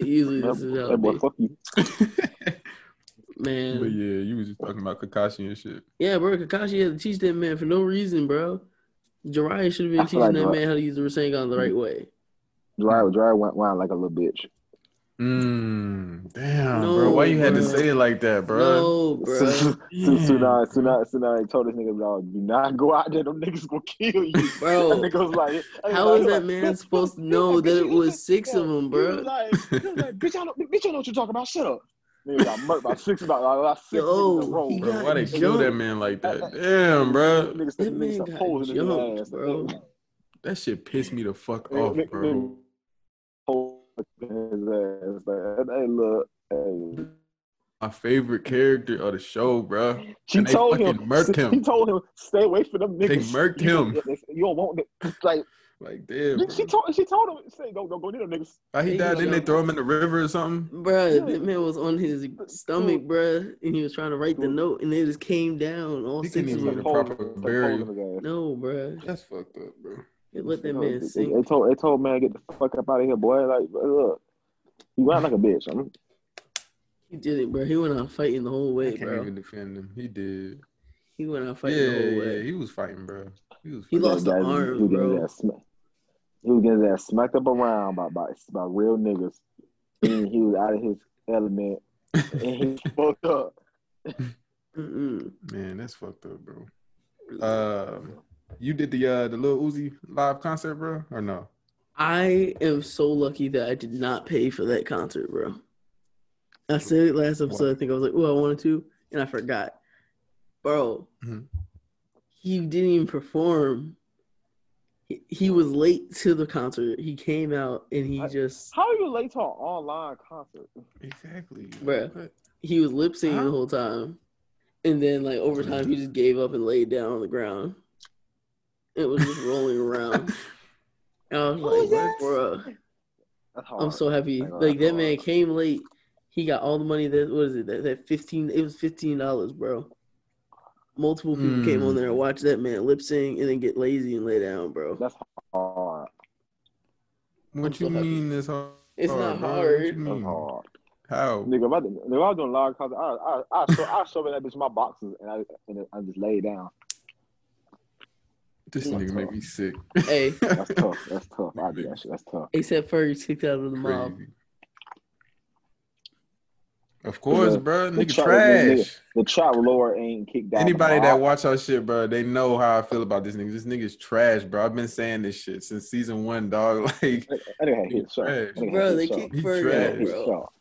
C: usually this is how
D: that
C: it
D: boy,
C: be.
D: fuck you.
B: but yeah,
C: man.
B: you was just talking about Kakashi and shit.
C: Yeah, bro, Kakashi had to teach that man for no reason, bro. Jiraiya should have been
D: I
C: teaching
D: feel like
C: that
D: Jira-
C: man how to use the Rasengan the right way.
D: Jiraiya, Jiraiya went wild like a little bitch.
B: Mm, damn, bro. Why
C: No,
B: you had to
C: bro.
B: say it like that, bro?
C: No, bro.
D: Tsunade, Tsunade, Tsunade told this nigga, dog, do not go out there. Them niggas gonna kill you.
C: Bro,
D: That nigga was like, that nigga
C: How
D: was
C: is
D: like-
C: that man supposed to know that it was six of them,
D: He was
C: bro?
D: like, he was like, bitch, I know, bitch, I know what you're talking about. Shut up. Nigga got murked by six, about, about six niggas in
C: Yo,
D: a row.
C: he
D: bro.
B: Bro, why they
C: Got
B: kill that
C: jumped.
B: man like that?
D: That-
B: Damn, bro.
D: Niggas,
C: That man
D: niggas
C: got
D: posing in his
C: jumped,
D: ass.
C: bro.
B: That shit pissed me the fuck
D: Niggas-
B: off,
D: niggas
B: Oh, bro.
D: posing in his ass. Like, hey, look, hey.
B: My favorite character of the show, bro.
D: She
B: And they
D: told him,
B: fucking murked him.
D: He told him, stay away from them niggas.
B: They murked
D: You-
B: him.
D: You don't want that. Like
B: Like, damn.
D: she
B: bro.
D: told, she told him, say, go, go, go near them niggas.
B: Why he
C: They
B: died? Didn't they
C: jumped.
B: throw him in the river or something?
C: Bruh,
D: Yeah.
C: that man was on his stomach, bruh, and he was trying to write the
D: Dude.
C: note, and they just came down all
B: He
C: six
B: couldn't
C: of
B: even get
C: them.
B: a
D: Told
B: proper
D: him,
B: burial.
D: told him his ass.
C: No, bruh,
B: That's fucked up, bro.
C: they let that
D: No,
C: man
D: they-
C: sink.
D: They told, they told man, get the fuck up out of here, boy. Like, look, you went out like a bitch. I'm,
C: He did it, bruh. He went out fighting the whole
B: I
C: way,
B: can't
C: bro.
B: even defend him. He did.
C: He went out
B: Yeah,
C: fighting the whole
B: yeah,
C: way.
B: he was fighting, bro. He was
C: He
B: fighting.
C: lost the
D: guys,
C: arm,
D: he was getting
C: bro.
D: his ass sma- He was getting his ass smacked up around by by, by real niggas. And he was out of his element. and he fucked up.
C: Mm-mm.
B: Man, that's fucked up, bro. Um, you did the uh the little Uzi live concert, bro, or no?
C: I am so lucky that I did not pay for that concert, bro. I said it last episode. I think I was like, "Oh, I wanted to," and I forgot, bro.
D: Mm-hmm.
B: Mhm.
C: He didn't even perform. He, he was late to the concert. He came out and he
D: I-
C: just
D: How are you late to an online concert?
B: Exactly,
C: Bruh. he was lip syncing the whole time, and then like over
D: Mm-hmm.
C: time he just gave up and laid down on the ground. It was just rolling around. And I was
D: Oh,
C: like,
D: yes.
C: "Bro,
D: That's hard.
C: I'm so happy.
B: oh,
D: Like,
C: Like that
D: uh,
C: man came late. He got all the money that what is it? That, that fifteen. It was fifteen dollars, bro. Multiple people came
B: Hmm.
C: on there and watched that man lip sync and then get lazy and lay down, bro.
D: That's hard.
B: What
C: so
B: you
C: happy.
B: mean this hard?
C: It's not
B: bro? What you
C: hard.
D: That's
B: mean?
D: hard.
B: How?
D: Nigga, if I, did- if I was doing live concert, I I I show I show that bitch my boxes and I and I just lay down.
B: This nigga make me sick.
C: Hey.
D: That's tough. That's tough. I do that shit. That's tough.
C: Except Ferg kicked out of the mob.
B: Crazy. Of course,
D: Nigga,
B: bro.
D: the
B: Nigga
D: trap was this
B: trash.
D: The trap lord ain't kicked out.
B: Anybody that watch our shit, bro, they know how I feel about this nigga. This nigga's trash, bro. I've been saying this shit since season one, dog. Like,
D: I didn't have his
B: Trash.
D: shirt.
C: Bro, they kicked
B: He
C: Ferg
B: trash.
C: out,
B: He
C: bro.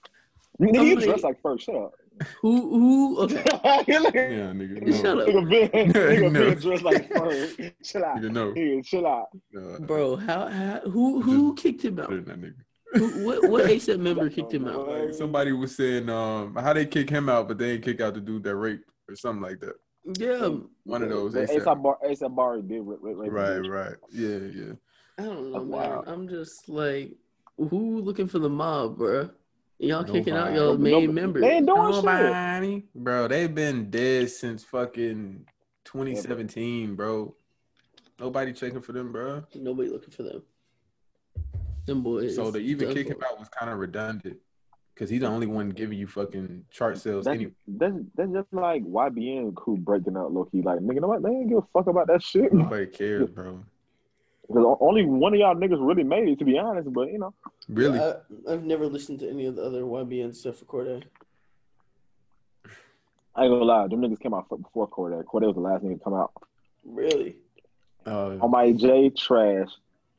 D: You nigga, you
C: Somebody-
D: dress like first. Shut up.
C: Who who okay.
D: You look-
B: yeah, nigga. No.
C: Shut up.
D: Nigga, Ben, nigga,
B: No.
D: Ben dressed like first. Chill out.
B: Nigga, no.
D: Nigga, chill out.
B: No,
C: Bro, how, how who who kicked him
B: better
C: out?
B: than that nigga.
C: Who, what what ASAP member kicked him out?
B: Like, somebody was saying um how they kick him out, but they didn't kick out the dude that raped or something like that.
C: Yeah,
B: One of those.
D: But
B: ASAP.
D: ASAP Bar, ASAP Bar did rip, rip, rip.
B: Right, right. Yeah, yeah.
C: I don't know,
B: Oh,
D: That's
C: man.
D: wild.
C: I'm just like, who looking for the mob, bruh? And Y'all kicking out
B: Nobody.
C: y'all main
D: Nobody-
C: members.
D: They ain't doing shit.
B: Nobody. Bro, they've been dead since fucking 2017, bro. Nobody checking for them, bro.
C: Nobody looking for them. Them boys.
B: So to even
C: them
B: kick him
C: boys.
B: out was kind of redundant because he's the only one giving you fucking chart sales
D: That's,
B: anyway.
D: that's, that's just like YBN crew breaking up low key. Like, nigga, no, they ain't give a fuck about that shit.
B: Nobody cares, bro.
D: Because o- only one of y'all niggas really made it, to be honest. But you know,
B: Really?
C: I, I've never listened to any of the other YBN stuff for Corday.
D: I ain't gonna lie, them niggas came out f- before Corday. Corday was the last nigga to come out.
C: Really?
B: Uh,
D: On my J trash.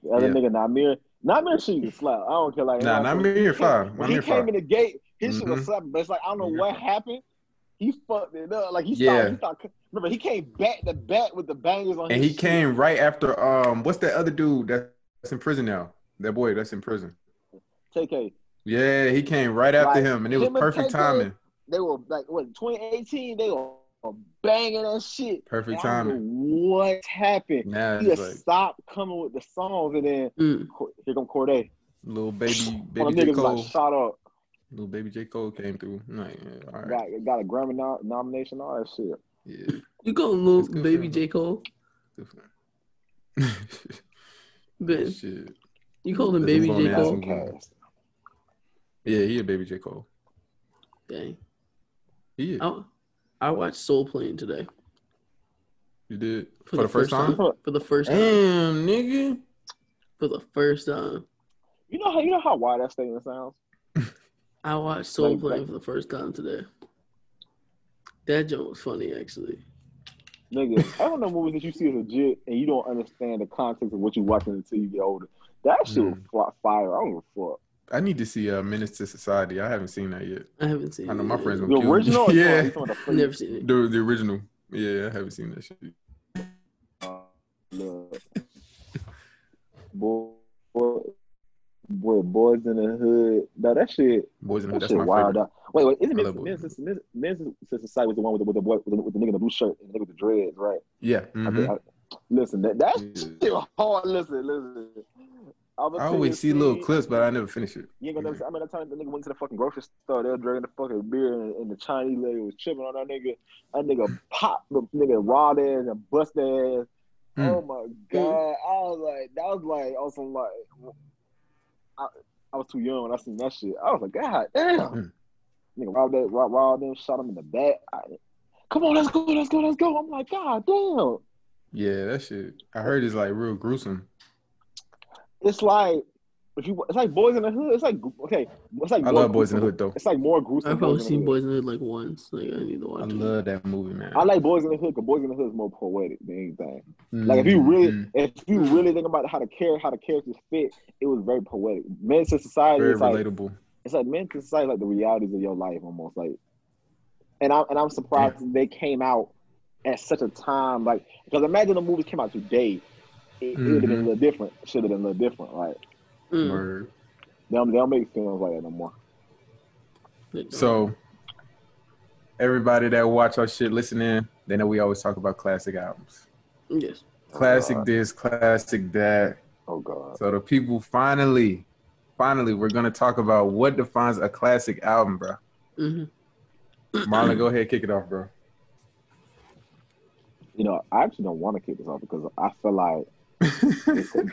D: The other
B: Yeah.
D: nigga Namir, Namir she can slap. I don't care. Like
B: nah,
D: like,
B: not me here five.
D: When
B: Not me
D: he
B: here
D: came
B: five.
D: in the gate, his shit
B: Mhm.
D: was slapping, but it's like I don't know
B: Yeah.
D: what happened. He fucked it up. Like he started,
B: Yeah.
D: he started, remember he came back to back with the bangers on.
B: And
D: his
B: he
D: shit.
B: came right after um what's that other dude that's in prison now? That boy that's in prison.
D: TK.
B: Yeah, he came right after
D: Like,
B: him and it was
D: him and
B: perfect
D: Takeover-
B: timing.
D: They were like what 2018. They were banging that shit.
B: Perfect
D: And I don't
B: timing.
D: know What happened?
B: Now
D: He
B: it's
D: just
B: like
D: stopped coming with the songs, and then
C: Mm.
D: Cor- here come Corday.
B: little baby
D: One
B: baby
D: of
B: J.
D: them niggas was
B: Cole.
D: like shot up.
B: Little baby J. Cole came through. I'm like, yeah, all right.
D: Got, got a Grammy nom- nomination, all that shit.
B: Yeah.
C: You going little
B: It's good for
C: baby
B: him.
C: J. Cole?
B: different.
C: Ben,
B: Shit.
C: you called him
B: Let's
C: baby
B: move on
C: J.
B: to
C: Cole?
B: Aspen. Yeah, he a baby J. Cole.
C: Dang.
B: He
D: Oh.
B: is.
C: I, I watched Soul Plane today.
B: You did for, the, first, time?
C: For the first time.
B: Damn, nigga.
C: For the first time.
D: You know how you know how wide that statement sounds.
C: I watched Soul
D: Like-
C: Plane
D: like-
C: for the first time today. That joke was funny, actually.
D: Nigga, I don't know movies that you see as legit and you don't understand the context of what you're watching until you get older. That shit
B: Mm.
D: was fly- fire. I don't give a fuck.
B: I need to see uh, Menace to Society. I haven't seen that yet.
C: I haven't seen.
B: I know
C: it
B: my
C: yet.
B: friends gonna
D: The
B: kill me.
D: original, or
B: Yeah.
D: you talking about the
C: Never seen it.
B: The the original. Yeah, I haven't seen that shit.
D: Look. boy, boy, boy, boys in the hood. No, that shit,
B: Boys and
D: that
B: Mm, that's
D: shit
B: my
D: wild
B: favorite.
D: out. Wait, wait, isn't
B: I love
D: Men's
B: Boys in
D: Men's- Men's Men's- Men's Society was the one with the, with the boy with the, with the nigga in the blue shirt and the nigga with the dreads, right?
B: Yeah.
D: I
B: mhm.
D: think I, listen, that that
B: Yeah.
D: shit was hard. Listen, listen. I'ma
B: I
D: tell you a
B: always see little
D: scene-
B: clips, but I never finish it.
D: You ain't gonna never see. I mean, that time the nigga went to the fucking grocery store, they were drinking the fucking beer, and, and the Chinese lady was tripping on that nigga. That nigga popped the nigga raw ass and bust their ass.
B: Mm.
D: Oh my god! I was like, that was like also like, I, I was too young when I seen that shit. I was like, god damn!
B: Mm.
D: Nigga robbed that, robbed, robbed them, shot him in the back. I, Come on, let's go, let's go, let's go! I'm like, god damn!
B: Yeah, that shit. I heard it's like real gruesome.
D: It's like But you, it's like boys in the hood. It's like okay, it's like
B: I
D: more
B: love Boys in the
D: gruesome-
B: Hood though.
D: It's like more gruesome.
C: I've only seen Boys
D: Boys.
C: in the Hood like once. Like I need to
B: I
C: watch it.
B: love that movie, man.
D: in the Hood. I like Boys in the Hood because Boys in the Hood is more poetic than anything. Like if you really,
B: Mhm.
D: if you really think about how the character, how the characters fit, it was very poetic. Men to society,
B: very
D: it's like
B: relatable.
D: it's like men to society, like the realities of your life almost. Like, and I'm and I'm surprised they came out at such a time. Like, because imagine the movie came out today, it, it would have been a
B: Mhm.
D: little different. Should have been a little different. Like,
C: Mm.
B: Word.
D: they don't, they don't make films like that no more.
C: Like,
B: So everybody that watch our shit, listen in. They know we always talk about classic albums,
C: yes.
B: classic
D: God.
B: this, classic that.
D: Oh god.
B: So the people finally, finally, we're gonna talk about what defines a classic album, bro.
C: hmm
B: Marlon, go ahead, kick it off, bro.
D: you know, I actually don't want to kick this off because I feel like it could-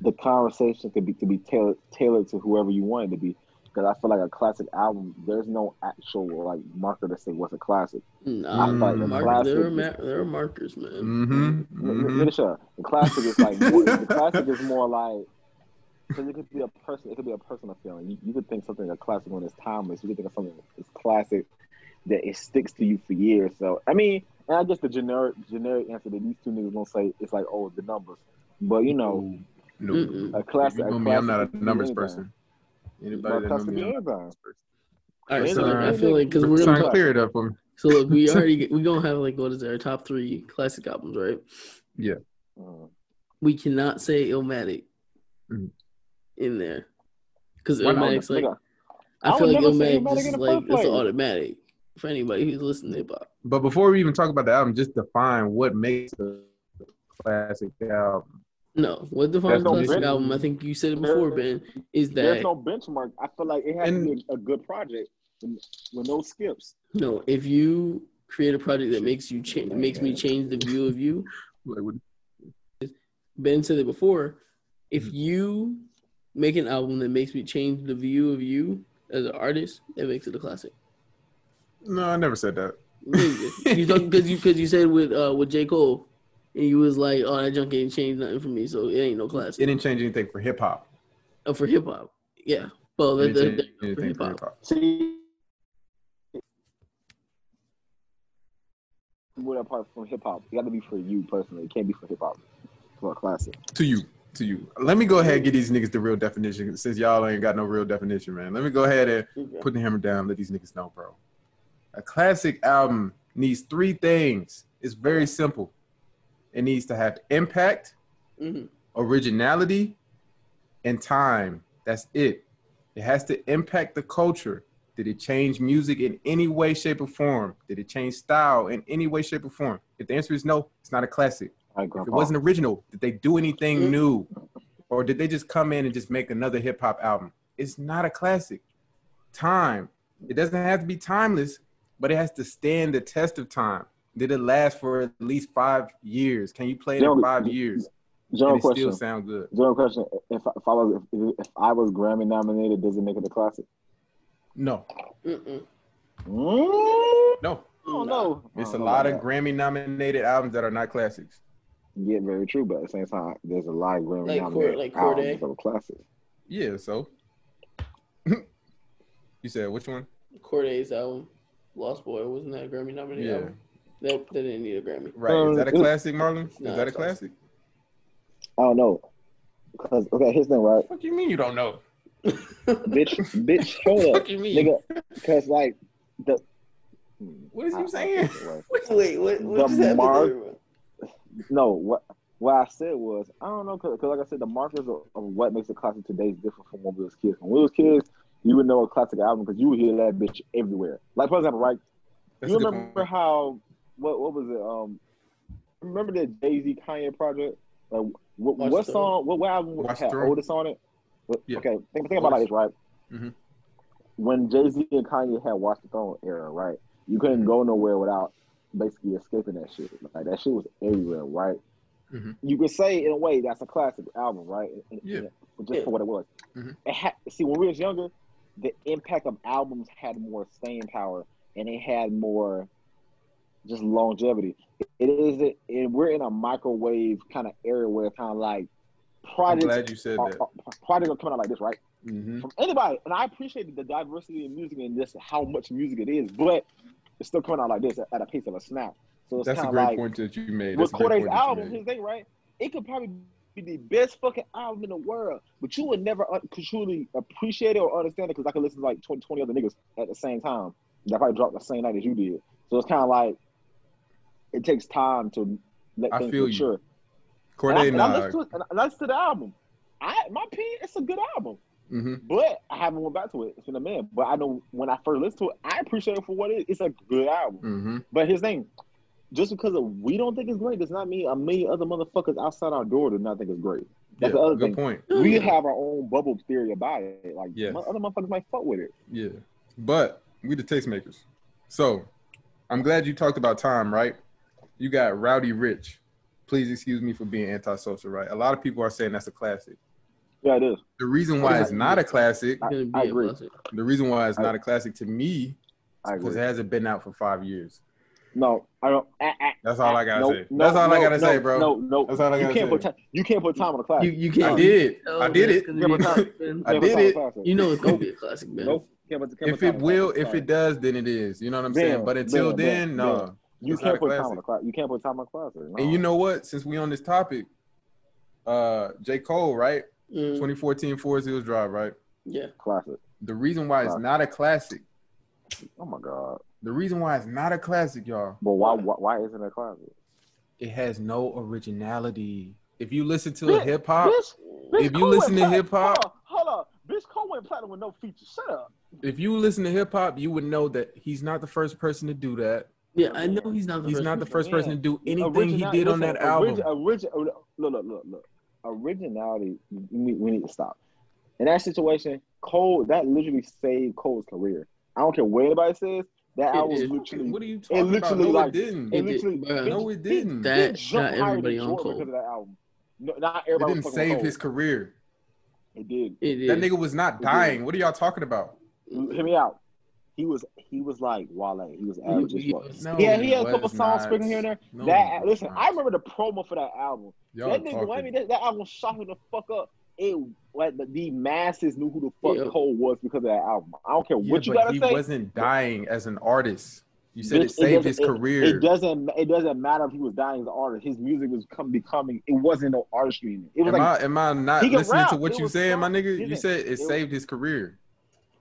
D: the conversation could be could be tailored tailored to whoever you want it to be. Because I feel like a classic album, there's no actual like marker to say what's a classic.
C: Nah,
B: I fight the
C: mark,
D: classic.
C: there, are ma- there are markers, man.
B: Mm-hmm.
D: N- n-
B: hmm
D: nigga, shut up. The classic is like more, the classic is more like because it could be a person, it could be a personal feeling. You, you could think something a classic when it's timeless. You could think of something that's classic that it sticks to you for years. So I mean, and I guess the generic generic answer that these two niggas gonna say it's like oh the numbers, but you know.
B: No,
C: Mm-mm.
D: A classic.
B: You
D: a
B: know me, I'm
D: classic
B: not
D: could
B: a
D: be
B: numbers
D: anything.
B: person.
D: My
B: Anybody that know
D: classic
B: me, I'm not a
D: be anything.
B: numbers person.
C: All right, so
B: Sorry.
C: I feel like because we're
B: Trying
C: gonna
B: to
C: talk,
B: clear it up for me.
C: so look, we already we gonna have like what is our top three classic albums, right?
D: Mm.
C: We cannot say Illmatic
B: Mhm.
C: in there because
B: Why not?
C: Illmatic's like
D: Nigga,
C: I
D: I
C: feel
D: would
C: like
D: never say
C: Illmatic
D: Illmatic
C: just is
D: in the
C: like
D: first
C: it's an
D: place.
C: automatic for anybody who's listening to hip hop.
B: But before we even talk about the album, just define what makes a classic album.
C: No, what defines
B: There's no
C: classic
B: bench-
C: album? I think you said it before, Ben. Is that
D: there's no benchmark. I feel like it has to
B: And-
D: be a, a good project with with no skips.
C: No, if you create a project that makes you change,
D: Like
C: makes me
D: that.
C: change the view of you.
B: Like, what-
C: Ben said it before. If
D: Mm-hmm.
C: you make an album that makes me change the view of you as an artist, that makes it a classic.
B: No, I never said that.
C: Nigga, you because you because you said with uh with J Cole, and you was like, oh, that junk ain't changed nothing for me, so it ain't no
B: It
C: classic.
B: didn't change anything for hip hop.
C: Uh, for hip hop, yeah. Well,
B: It
C: that,
B: didn't
C: that,
B: change
C: that- for
B: anything
C: hip
B: for
C: hop,
B: hip hop.
D: See, what apart from hip hop, it got to be for you personally. It can't be for hip hop for a classic.
B: To you. To you. Let me go ahead and get these niggas the real definition since y'all ain't got no real definition, man. Let me go ahead and put the hammer down. Let these niggas know, bro. A classic album needs three things. It's very simple. It needs to have impact,
C: Mhm.
B: originality, and time. That's it. It has to impact the culture. Did it change music in any way, shape, or form? Did it change style in any way, shape, or form? If the answer is no, it's not a classic.
D: All
B: If
D: right,
B: it
D: Grandpa.
B: wasn't original, did they do anything
C: Mm.
B: new? Or did they just come in and just make another hip hop album? It's not a classic. Time. It doesn't have to be timeless, but it has to stand the test of time. Did it last for at least five years? Can you play it
D: Yo,
B: in five
D: y-
B: years and
D: General
B: it
D: question.
B: still sound good?
D: General question. If I, if I was if, if I was Grammy nominated, does it make it a classic?
B: No,
C: Mm-hmm. Mm-mm.
D: Mm,
B: no.
D: I don't know.
B: It's
D: I
B: a
D: don't know
B: lot
D: about
B: of Grammy nominated albums that are not classics.
D: that. yeah, very true. But at the same time, there's a lot of Grammy
C: Like Cor-
D: nominated
C: like Corday.
D: albums that are classics.
B: Yeah, so you said which one?
C: Corday's album, Lost Boy, wasn't that a Grammy nominated?
B: Yeah.
C: Album? That, that didn't need a Grammy.
B: Right.
D: Uh,
B: Is that a classic, Marlon? Is that a classic?
D: I don't know. Cause okay, here's the thing, right?
B: What do you mean you don't know?
D: bitch, bitch, hold up,
B: you
D: nigga. Cause like the
B: What is
D: I-
B: you
D: I
B: saying?
D: think it was-
C: Wait, what,
D: what The just happened mark- there, No, what what I said was I don't know because like I said, the markers of, of what makes a classic today is different from when we was kids. When we was kids, you would know a classic album because you would hear that bitch everywhere. Like for example, right?
B: That's
D: you
B: a good
D: remember
B: point.
D: how what what was it? Um, remember that Jay Z Kanye project? Like what,
C: Watch
D: what
C: Throne.
D: song? What, what album
B: Watch
D: had
B: Throne.
D: Otis on it? But,
B: Yeah.
D: Okay, think, think about it like this, right?
B: Mhm.
D: When Jay Z and Kanye had Watch the Throne era, right? You couldn't
B: Mm-hmm.
D: go nowhere without basically escaping that shit. Like that shit was everywhere, right?
B: Mhm.
D: You could say in a way that's a classic album, right? And- and-
B: Yeah.
D: and just for what it was.
B: Mhm.
D: It had, see, when we was younger, the impact of albums had more staying power and it had more just longevity. It is, and we're in a microwave kind of era where it's kind of like
B: I'm
D: projects
B: glad you said
D: are,
B: that.
D: are, projects are coming out like this, right?
B: hmm
D: From anybody, and I appreciate the diversity in music and just how much music it is, but it's still coming out like this at, at a pace of a snap. So it's
B: That's a
D: kind of
B: great
D: like
B: point that you made.
D: with
B: That's a great
D: Corday's
B: point that you
D: album,
B: made.
D: his thing, right? It could probably be the best fucking album in the world, but you would never un- could truly appreciate it or understand it because I could listen to like 20, 20 other niggas at the same time. That probably dropped the same night as you did. So it's kind of like it takes time to let
B: I
D: things
B: feel you.
D: mature. And I,
B: Corday,
D: and I
B: nah.
D: listened to it, and I- and I listened to the album. I my opinion, it's a good album,
B: hmm
D: but I haven't went back to it. It's been a minute, but I know when I first listened to it, I appreciate it for what it is. It's a good album.
B: hmm
D: But here's the thing: just because we don't think it's great does not mean a million other motherfuckers outside our door do not think it's great.
B: Yeah,
D: That's the other
B: good
D: thing.
B: point.
D: We have our own bubble theory about it. Like
B: Yes.
D: mo- other motherfuckers might fuck with it.
B: Yeah, but we the tastemakers. So I'm glad you talked about time, right? You got Rowdy Rich. Please excuse me for being antisocial, right? A lot of people are saying that's a classic.
D: Yeah, it is.
B: The reason why it's not a classic,
D: I-
C: It's gonna be
D: I
C: a
D: agree.
C: blessing.
B: the reason why it's not a classic to me,
D: I
B: because it
D: agree.
B: hasn't been out for five years.
D: No, I don't. I, I,
B: That's all I gotta
D: no,
B: say.
D: no,
B: That's all I
D: no,
B: gotta
D: no,
B: say, bro.
D: No, no,
B: That's all I
D: you
B: gotta
D: can't
B: say.
D: put time. You can't put time on the class.
C: You you can't.
B: I did.
C: tell
B: I
C: that
B: did
C: it's
B: it.
C: gonna be a
D: Remember-
C: blessing.
B: I did it.
C: You know it's gonna be a classic, man.
D: Nope. Can't put- can't
B: If
D: put
B: it
D: time on the
B: will,
D: class.
B: if it does, then it is. You know what I'm saying?
D: Damn,
B: But until
D: damn,
B: then,
D: damn,
B: no.
D: damn. you
B: it's not
D: can't
B: a
D: put time on
B: classic.
D: the class. You can't put time on the class. No.
B: And you know what? Since we on this topic, uh J. Cole, right?
C: Mm,
B: 2014 Forest Hills Drive, right?
C: yeah.
D: classic.
B: The reason why it's
D: Right.
B: not a classic,
D: Oh my god.
B: the reason why it's not a classic, y'all,
D: But why? Why, why isn't it a classic?
B: it has no originality. If you listen to
D: Bitch,
B: hip hop,
D: Bitch, bitch,
B: If you
D: Cole went
B: listen to
D: platinum-
B: hip-hop-
D: hold on, hold on. Bitch, Cole went platinum with no features. Shut up.
B: if you listen to hip hop, you would know that he's not the first person to do that.
C: Yeah, I know he's not the
B: He's
C: first.
B: not the
C: person.
B: first person to do anything he
D: Original-
B: did on
D: listen,
B: that album.
D: origi- origi- look, look, look, look. Originality. We need, we need to stop. In that situation, Cole that literally saved Cole's career. I don't care what anybody says. That
C: It
D: album
C: did.
D: literally,
B: What are you talking about?
D: literally
B: No,
D: like-
B: it didn't.
D: it
C: did,
D: literally,
C: bruh.
B: no, it didn't.
C: That-
B: It
D: Big jump
C: not
D: higher than
C: everybody on
D: Jordan
C: Cole.
D: because of that album. No, not everybody
B: didn't
D: was fucking
B: save
D: with
B: his career.
D: Cole. It did.
C: It is.
B: That nigga was not
D: It
B: dying. What are y'all talking about?
D: Hear me out. He was he was like Wale. He was average as fuck.
C: was-
B: No,
D: Yeah, he
B: it
D: had a couple
B: was
D: songs
B: not.
D: sprinkled here and there.
B: No, it
D: that
B: was
D: listen,
B: not.
D: I remember the promo for that album.
B: Y'all
D: that nigga, I
B: talking.
D: mean, that, that album shot him the fuck up. It like the, the masses knew who the fuck
C: Yeah.
D: Cole was because of that album. I don't care
B: Yeah,
D: what you
B: but
D: gotta
B: he
D: say.
B: wasn't dying as an artist. You said
D: Bitch,
B: it saved
D: doesn't-
B: his
D: it-
B: career.
D: It doesn't. It doesn't matter if he was dying as an artist. His music was come becoming. It wasn't no artistry. In it. it was
B: Am
D: like
B: I am I not
D: he can
B: listening to
D: rap.
B: what
D: It
B: you
D: was
B: saying, my
D: fine.
B: nigga? You
D: Listen,
B: said it,
D: it was-
B: saved his career.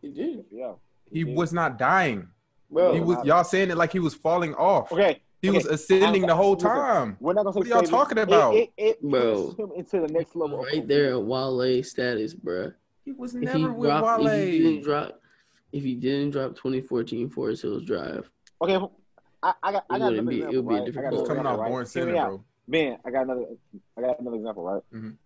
C: It did.
D: yeah.
B: He
D: Yeah.
B: was not dying.
C: Bro,
B: He was y'all saying it like he was falling off.
D: Okay,
B: He was
D: okay.
B: ascending
D: I'm-
B: the whole
D: listen.
B: time.
D: we're not gonna say.
B: What are y'all
D: save it.
B: talking
D: It-
B: about?
D: It, it,
C: Bro.
D: pushed him into the next level. of
C: right
D: Cole.
C: there, Wale status, bruh.
B: He was
C: If he
B: never with
C: dropped,
B: Wale.
C: if he didn't drop, if he didn't drop 2014 Forest Hills Drive,
D: Okay, I, I got. I
C: It
D: got
C: wouldn't
D: another
C: be- it
D: example,
C: would be a
D: right?
C: different
D: I got
B: He was
C: Cole.
B: coming
D: another
B: off Born
D: example, right? Hear me
B: Center,
D: out.
B: bro.
D: Man, I got another. I got another example, right?
B: Mhm.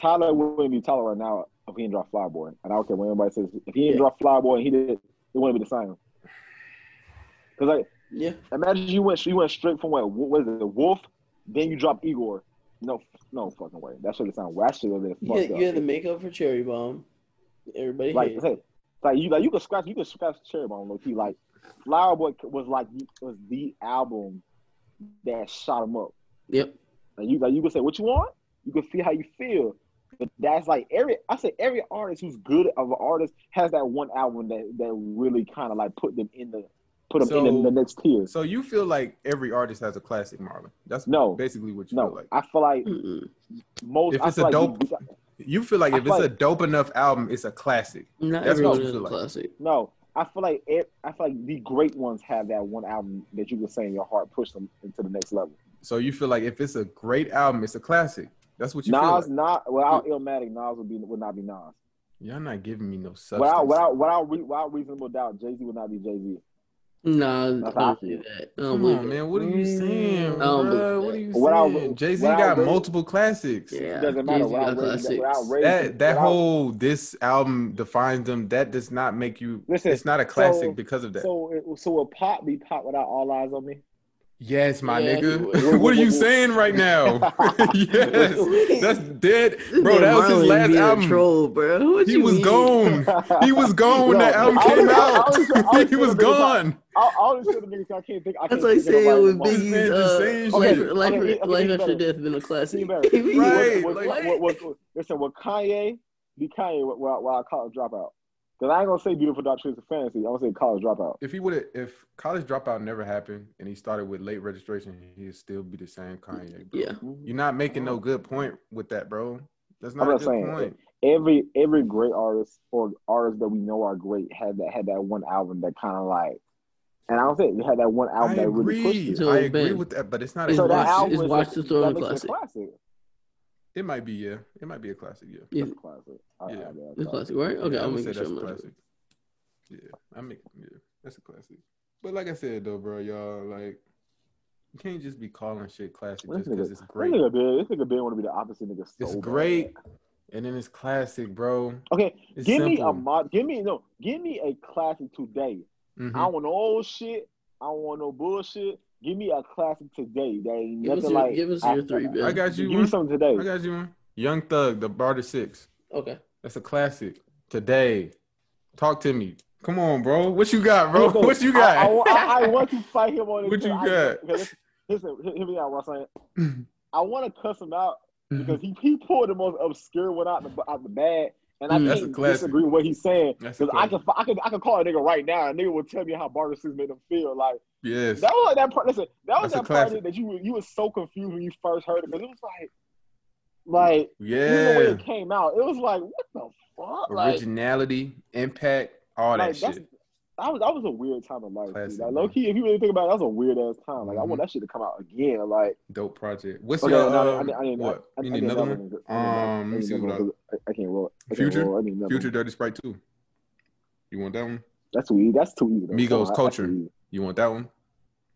D: Tyler wouldn't be Tyler right now if he didn't draw Flyboy, and I don't care what anybody says. If he didn't
C: Yeah.
D: draw Flyboy, and he did. It wouldn't be the same. Cause like,
C: yeah,
D: imagine you went you went straight from what was it, the Wolf, then you drop Igor. No, no fucking way. That should have sounded. That should have been
C: you had,
D: fucked
C: you had
D: up.
C: the makeup for Cherry Bomb. Everybody
D: like,
C: hated.
D: hey, like you like you could scratch you could scratch Cherry Bomb low key. Like, Flower Boy was like was the album that shot him up.
C: Yep.
D: Like you like you can say what you want, you can feel how you feel. But that's like every I say every artist who's good of an artist has that one album that that really kind of like put them in the put them in
B: So-
D: the, the next tier.
B: So you feel like every artist has a classic, Marlon. That's
D: No.
B: basically what you feel
D: No,
B: like.
D: I feel like
C: Mm-mm.
D: most.
B: If
D: I
B: it's a
D: feel like
B: dope-
D: you-
B: You feel like
D: I
B: if
D: feel
B: it's a
D: like-
B: dope enough album, it's a classic.
C: Not
B: That's what
C: everyone
B: you
C: is a
B: feel like.
C: classic.
D: no, I feel like it, I feel like the great ones have that one album that you can say in your heart push them into the next level.
B: So you feel like if it's a great album, it's a classic. That's what you feel like.
D: Nas, not without Illmatic, Nas would be would not be Nas.
B: Y'all not giving me no substance.
D: Without without without, re, without reasonable doubt, Jay Z would not be Jay Z.
C: Nah, I
D: That's how I
C: don't
D: feel.
C: believe that. I don't
B: Come
C: believe
B: on,
C: it.
B: man. What are
C: Mm.
B: you saying,
C: don't
B: bro?
C: believe
B: What are
C: that.
B: you
D: Without-
B: saying? Jay Z
D: without
B: got
D: Ray-
B: multiple classics.
C: Yeah,
D: Doesn't matter.
C: Jay-Z got
D: Without raising,
C: classics.
D: without raising,
B: That that
D: without-
B: whole this album defines them. That does not make you.
D: Listen,
B: it's not a classic
D: so-
B: because of that.
D: So, it, so will pop be pop without all eyes on me?
B: Yes, my
C: Yeah, he
B: nigga.
C: would.
B: what are you saying right now? yes, that's dead, bro. That was his last album.
C: troll, bro. What
B: He
C: you
B: was
C: mean?
B: gone. He was gone when
D: No,
B: that album
D: I
B: came
D: was- I was- I was
B: out. He was
D: thinking about-
B: gone.
D: I always tell the niggas I can't think. I
C: That's
D: can't
C: like
D: think of
C: saying
D: nobody
C: with
D: tomorrow.
B: This man
C: Biggie's
B: just
C: uh,
B: saying
C: life,
B: shit.
C: life,
D: Okay, okay,
C: life
D: okay,
C: after
D: better.
C: death been a
D: See,
C: classic.
D: man,
B: Right,
D: What, what,
B: like-
D: what, what, what, listen, what Kanye be Kanye? What, what, what I call a dropout? Because I ain't gonna say beautiful dark twisted fantasy. I'm gonna say college dropout.
B: If he would have, if college dropout never happened and he started with late registration, he'd still be the same Kanye. Bro.
C: Yeah.
B: You're not making no good point with that, bro. That's not
D: I'm
B: a
D: not
B: good
D: saying
B: point.
D: Every every great artist or artist that we know are great had that had that one album that kind of like, and I don't say it had that one
B: I
D: album that really pushed
B: agree.
D: it.
C: it.
B: I
C: So,
B: agree
C: Ben,
B: with that, but it's not. a
C: is
D: So
C: Watch-
D: that
B: classic.
D: album
C: is
D: is
C: Watch the Throne
D: that makes it a classic.
B: It might be yeah. It might be a classic yeah.
C: Yeah,
D: That's a classic. I- I-
B: Yeah.
D: I-
C: it's classic, right? Okay,
B: yeah, I
C: I'm
B: would
C: making
B: say
C: sure.
B: that's
C: I'm
B: a
C: not-
B: classic. Yeah, I make yeah, that's a classic. But like I said though, bro, y'all like you can't just be calling shit classic
D: This
B: just because
D: nigga,
B: it's
D: this
B: great.
D: nigga, big, this nigga Ben want to be the opposite nigga. So
B: It's
D: bad.
B: great, and then it's classic, bro.
D: Okay,
B: It's
D: give me
B: simple.
D: a mod. Give me no. Give me a classic today.
B: Mhm.
D: I don't want no old shit. I don't want no bullshit. Give me a classic today. That ain't
C: Give us
D: nothing
C: your-
D: like.
C: give us
D: I-
C: your three, Ben.
B: I got
D: Give
B: you
D: me
B: one.
D: something
B: I
D: today.
B: got you one. Young Thug, the Barter Six.
C: Okay.
B: That's a classic. Today, talk to me. Come on, bro. What you got, bro?
D: Listen,
B: What you
D: I,
B: got?
D: I, I- I want to fight him on it.
B: What you
D: I-
B: got?
D: because Listen, listen, hear me out. What I'm saying. I want to cuss him out
B: Mm-hmm.
D: because he, he pulled the most obscure one out the out the bag, and I
C: Mm.
B: That's a
D: can't
B: classic.
D: disagree with what he's saying.
B: That's a
D: Cause I
B: classic.
D: can, I can, I can call a nigga right now, and a nigga will tell me how Barter Six made him feel. Like
B: Yes.
D: that was like that part. Listen, that was
B: That's a
D: that party
B: classic.
D: that you were- you was so confused when you first heard it because it was like, like even when
B: Yeah.
D: it came out, it was like, what the fuck? Like,
B: Originality, impact, all that
D: like that's,
B: shit.
D: that was that was a weird time of life.
B: Classic,
D: dude.
B: man.
D: Like low key, if you really think about it, that was a weird ass time. Like I
B: Mhm.
D: want that shit to come out again. Like
B: Dope project. What's
D: okay,
B: your
D: no, I
B: um,
D: mean, I didn't.
B: what?
D: I,
B: you
D: I
B: need
D: need
B: another
D: another
B: one?
D: one. I need
B: Um, let me see
D: another
B: what
D: one, 'cause I, I can't roll. I can't
B: Future?
D: Roll. I need another
B: Future
D: One.
B: Dirty Sprite too. You want that one?
D: That's too easy. That's too easy. though.
B: Migos
D: Come on, that's
B: Culture.
D: too easy.
B: You want that one?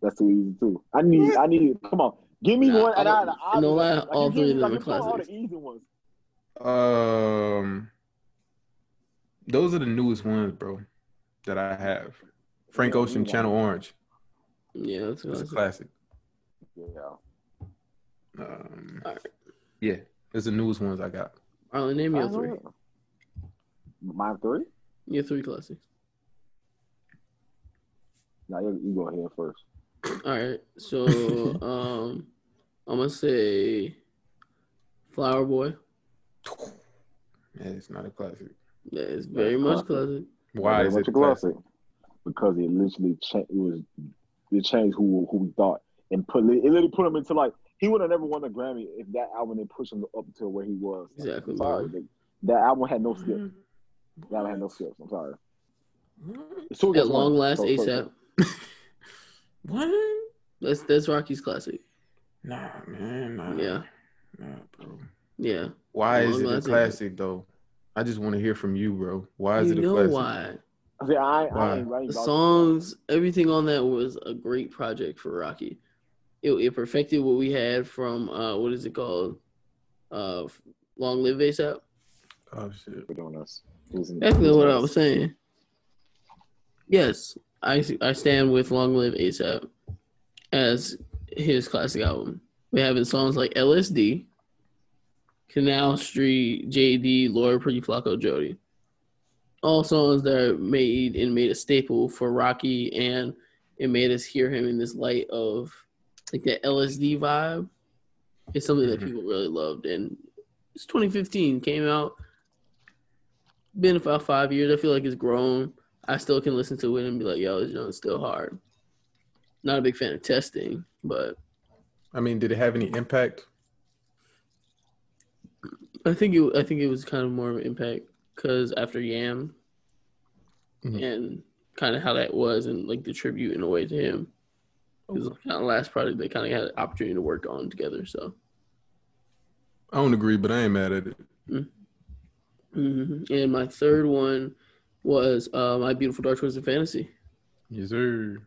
D: That's too easy too. I need. I need. Come on, give me
C: Nah,
D: one. And I,
C: all-
D: I, I
C: no lie,
D: like,
C: all
D: you give
C: three
D: me-
C: of them
D: like,
C: are
D: you pull All
C: classics.
D: the easy ones.
B: Um, those are the newest ones, bro, that I have. Frank
D: Yeah,
B: Ocean,
D: you
B: Channel Orange.
C: Yeah, that's
B: That's a
C: classic.
B: classic.
D: Yeah.
B: Um,
C: All right.
B: yeah, it's the newest ones I got.
C: Arlen, name your
D: I don't
C: three.
D: know. My three?
C: Your three classics.
D: No, you, you go ahead first.
C: All right. So, um, I'm gonna say Flower Boy.
B: Yeah, it's not a classic.
C: That is very much classic.
B: Why
D: That's
B: is
D: what
B: it a
D: you
B: classic?
D: glossy. Because it literally changed. It was it changed who who we thought and put it literally put him into like he would have never won a Grammy if that album didn't push him up to where he was. Like,
C: Exactly,
D: I'm sorry,
C: bro.
D: nigga. that album had no skips. That album had no skips. I'm sorry. It's two
C: At
D: against
C: long
D: one.
C: last,
D: So, so-
C: ASAP.
B: What?
C: That's that's Rocky's classic.
B: Nah, man. Nah,
C: Yeah,
B: nah, bro.
C: yeah.
B: Why
C: Long
B: is it a
C: Last Exit.
B: classic though? I just want to hear from you, bro. Why is
C: you
B: it a
C: know
B: classic?
C: why?
D: I said, I, ain't- I, ain't- I ain't
C: The
D: about-
C: songs, everything on that was a great project for Rocky. It, it perfected what we had from uh, what is it called? Uh, Long Live ASAP.
B: Oh shit.
D: We're doing this. It was in-
C: That's
D: it was
C: what
D: in-
C: I was saying. Yes, I I stand with Long Live ASAP as his classic album. We have in songs like LSD, Canal Street, JD, Laura Pretty Flacco, Jody. All songs that are made and made a staple for Rocky, and it made us hear him in this light of like that LSD vibe. It's something that
B: Mhm.
C: people really loved, and it's 2015 came out been about five years. I feel like it's grown. I still can listen to it and be like, yo, this joint's still hard. Not a big fan of testing, but
B: I mean, did it have any impact?
C: I think it I think it was kind of more of an impact because after Yam
B: Mhm.
C: and kind of how that was and like the tribute in a way to him. It was kind of the last project they kind of had an opportunity to work on together. So,
B: I don't agree, but I ain't mad at it.
C: Mhm. and my third one was uh, My Beautiful Dark Twisted Fantasy.
B: Yes, sir.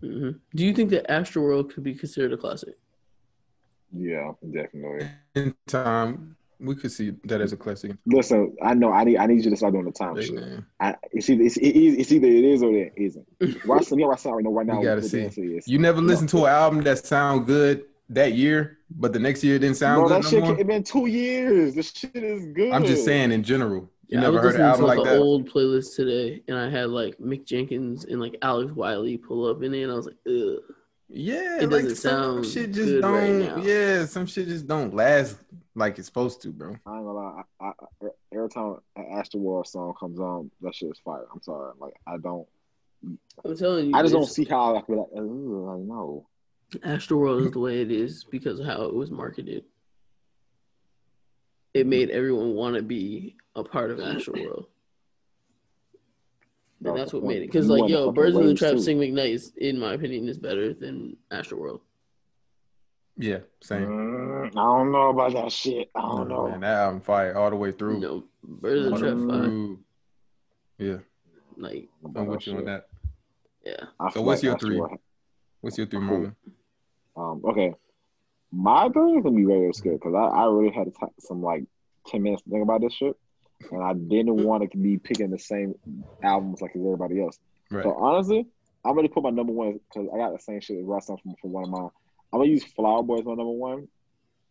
C: hmm Do you think that Astroworld could be considered a classic?
D: Yeah, definitely.
B: In time, we could see that as a classic.
D: Listen, I know I need I need you to start doing the time
B: Hey,
D: shit.
B: man.
D: I, it's either it's, it is- it's either it is or it isn't. Right, so, yeah, right, so, right now, right now,
B: We gotta
D: the
B: see.
D: answer is-
B: You never listen to an album that sound good that year, but the next year it didn't sound
D: Bro, that
B: good no
D: shit
B: more.
D: it been two years. This shit is good.
B: I'm just saying in general. You
C: Yeah, I
B: never
C: was
B: heard an
C: listening to
B: album
C: like
B: like
C: an
B: that.
C: old playlist today, and I had like Mick Jenkins and like Alex Wiley pull up in it, and I was like, ugh.
B: yeah,
C: It
B: like
C: doesn't
B: some
C: sound
B: shit just
C: good right
B: don't.
C: now.
B: yeah, some shit just don't last like it's supposed to, bro.
D: I ain't gonna lie. I, I, I, every time an Astroworld song comes on, that shit is fire. I'm sorry. Like I don't.
C: I'm telling you,
D: I just don't
C: this
D: see how I feel like. Ooh, like no.
C: Astroworld is the way it is because of how it was marketed.
D: Hmm.
C: It made everyone want to be a part of Astroworld. And that's what made it. Because,
D: You
C: like,
D: want
C: yo,
D: fucking
C: Birds in the
D: waves,
C: Trap
D: too.
C: Sing McKnight is, in my opinion, is better than Astroworld.
B: Yeah, same.
D: Mm, I don't know about that shit. I don't
B: No,
D: know.
B: Man, that album fire all the way through.
C: No, Birds in the
B: All the
C: Trap
B: way
C: fire.
B: through. Yeah,
C: Like,
D: Oh,
B: I'm with you on that.
C: yeah.
D: I
B: So
D: feel
B: what's your
D: Astro
B: three?
D: World-
B: What's your three
D: Cool.
B: moment?
D: Um, okay. My three is gonna be very obscure because I, I really had to ta- some like ten minutes to think about this shit, and I didn't want to be picking the same albums like as everybody else.
B: Right.
D: So honestly, I'm gonna put my number one because I got the same shit as Russell from for one of mine. I'm gonna use Flower Boy as my number one.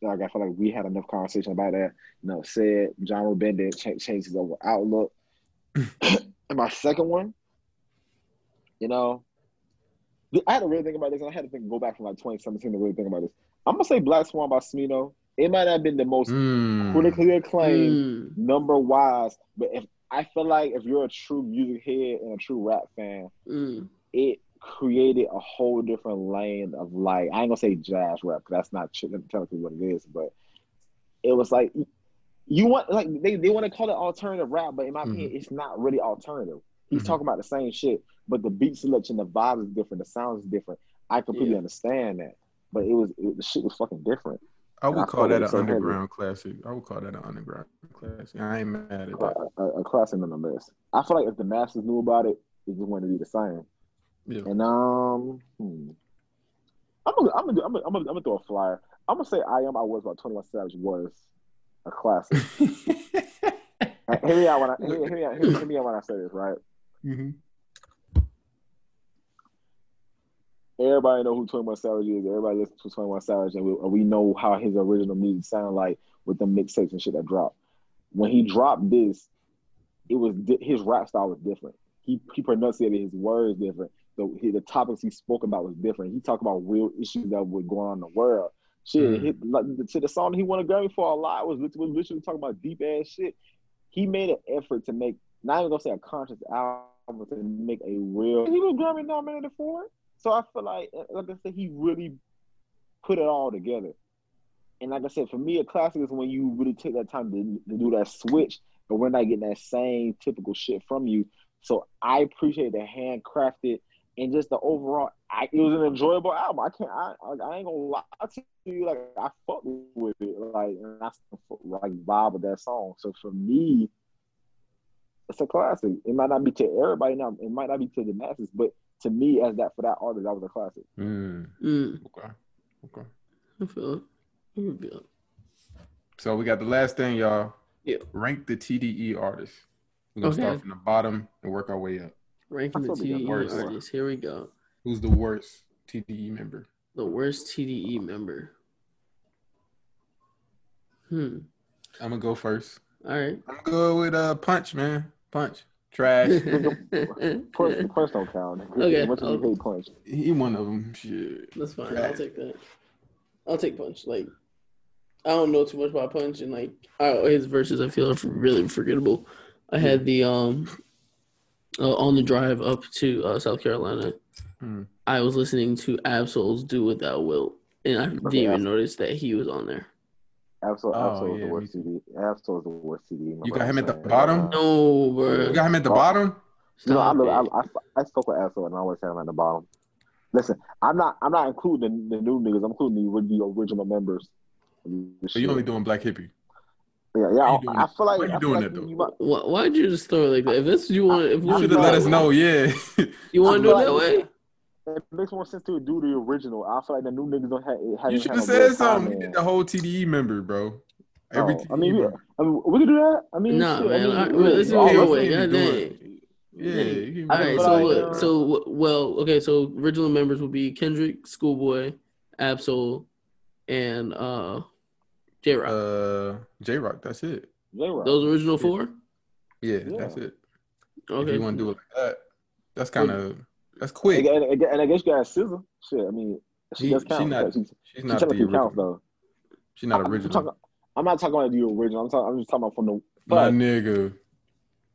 D: Like I feel like we had enough conversation about that. You know, said John Robin ch- changed his over outlook. and my second one, you know, th- I had to really think about this. And I had to think, go back from like 2017 to really think about this. I'm gonna say Black Swan by Smino. It might not have been the most
B: Mm.
D: critically acclaimed
C: Mm.
D: number wise, but if I feel like if you're a true music head and a true rap fan,
C: Mm.
D: it created a whole different lane of like I ain't gonna say jazz rap 'cause that's not ch- technically what it is, but it was like you want like they, they want to call it alternative rap, but in my
B: Mhm.
D: opinion, it's not really alternative. He's
B: Mhm.
D: talking about the same shit, but the beat selection, the vibe is different, the sound is different. I completely
C: Yeah.
D: understand that, but it was it, the shit was fucking different.
B: I would
D: I
B: call
D: fuck
B: that
D: with
B: an
D: so heavy.
B: underground classic. I would call that an underground classic. I ain't mad at that.
D: A, a classic nonetheless. I feel like if the masses knew about it, it just wouldn't be the same.
B: Yeah.
D: And um, hmm. I'm gonna I'm gonna, do, I'm gonna I'm gonna I'm gonna throw a flyer. I'm gonna say I am I was about 21 Savage was a classic. Uh, hear me out when I hear, hear me out hear, hear me out when I say this right.
B: Mhm.
D: Everybody know who 21 Savage is. Everybody listens to 21 Savage, and we, and we know how his original music sounded like with the mixtapes and shit that dropped. When he dropped this, it was di- his rap style was different. He he pronunciated his words different. The he, the topics he spoke about was different. He talked about real issues that were going on in the world. Shit,
B: Mm.
D: hit, like, the, to the song he won a Grammy for a lot was lit- was literally talking about deep ass shit. He made an effort to make not even gonna say a conscious album to make a real. He was Grammy nominated for it, so I feel like uh, like I said, he really put it all together. And like I said, for me, a classic is when you really take that time to, to do that switch, but we're not getting that same typical shit from you. So I appreciate the handcrafted and just the overall. I, it was an enjoyable album. I can't. I, I, I ain't gonna lie to you. Like I fucked with it. Like and I still fuck- like vibe with that song. So for me, it's a classic. It might not be to everybody now. It might not be to the masses, but to me, as that for that artist, that was a classic.
B: Mm.
C: Mm.
B: Okay. Okay.
C: I feel it. I can feel it.
B: So we got the last thing, y'all.
C: Yeah.
B: Rank the TDE artists. We're gonna start
C: Okay.
B: from the bottom and work our way up.
C: Ranking the
D: That's what we got
C: TDE
B: worse.
C: artists. Here we go.
B: Who's the worst TDE member?
C: The worst TDE member. Hmm.
B: I'm gonna go first.
C: All right.
B: I'm gonna go with uh Punch, man. Punch. Trash.
D: Punch, punch don't count.
C: Okay,
D: As much as you
C: I'll-
D: hate punch.
B: he one of them. Shit.
C: That's fine. I'll
B: Trash.
C: take that. I'll take punch. Like, I don't know too much about punch, and like, I, his verses I feel are really forgettable. I had the um uh, on the drive up to uh, South Carolina.
B: Mm.
C: I was listening to Absol's "Do Without Will," and I didn't
D: Okay,
C: even
D: Ab-
C: notice that he was on there.
D: Absol,
B: Oh,
D: Absol is
B: yeah,
D: the worst
B: me
D: CD. Absol is the worst CD.
B: You got him at the bottom?
C: No, bro.
B: You got him at the
D: Well,
B: bottom?
D: No, I,
C: Stop
D: love,
C: it.
D: I, I, I fuck with Absol and I always have him at the bottom. Listen, I'm not I'm not including the, the new niggas. I'm including the, the original members.
B: So you only doing black hippie.
D: yeah, yeah.
B: why
D: I,
B: you doing
D: I feel like
B: why you
D: I feel
B: doing
D: like
B: that, though?
D: You might,
C: Why, why'd you just throw it like that? If that's what you want, if
D: I-
B: You
C: we
B: should have let us know, yeah.
C: You want to do it that way?
D: it makes more sense to do the original. I feel like the new niggas don't have.
B: you should have said something. You did the whole TDE E member, bro. Every
D: Oh, I
B: team
D: mean,
B: you
D: yeah.
B: run.
D: I mean, we can do that. I mean,
C: Nah,
D: shit, I
C: man,
D: mean,
C: I-
D: yeah.
C: well, let's do it
B: All
C: your
B: our
C: way.
B: teams
C: God
B: do
C: dang.
B: it. Yeah, you
C: All
B: can
C: right,
D: but
C: so
D: I,
C: look,
D: uh,
C: so w- well, okay, so original members will be Kendrick, Schoolboy, Absol, and uh, J Rock.
B: uh J Rock. That's it. Uh,
D: J-Rock.
C: Those original four.
B: Yeah,
D: Yeah.
B: that's it. If
C: Okay.
B: you want to do it like that, that's kind of that's quick.
D: And, and, and I guess you got Scissor. Shit, I mean, she,
B: She-
D: does
B: she
D: count.
B: not-
D: She's, she's,
B: She's
D: not
B: not the
D: technically counts
B: original.
D: though.
B: She's not
D: I'm, talking,
B: original.
D: I'm not talking about the original. I'm, talking, I'm just talking about from the.
B: My
D: But
B: nigga,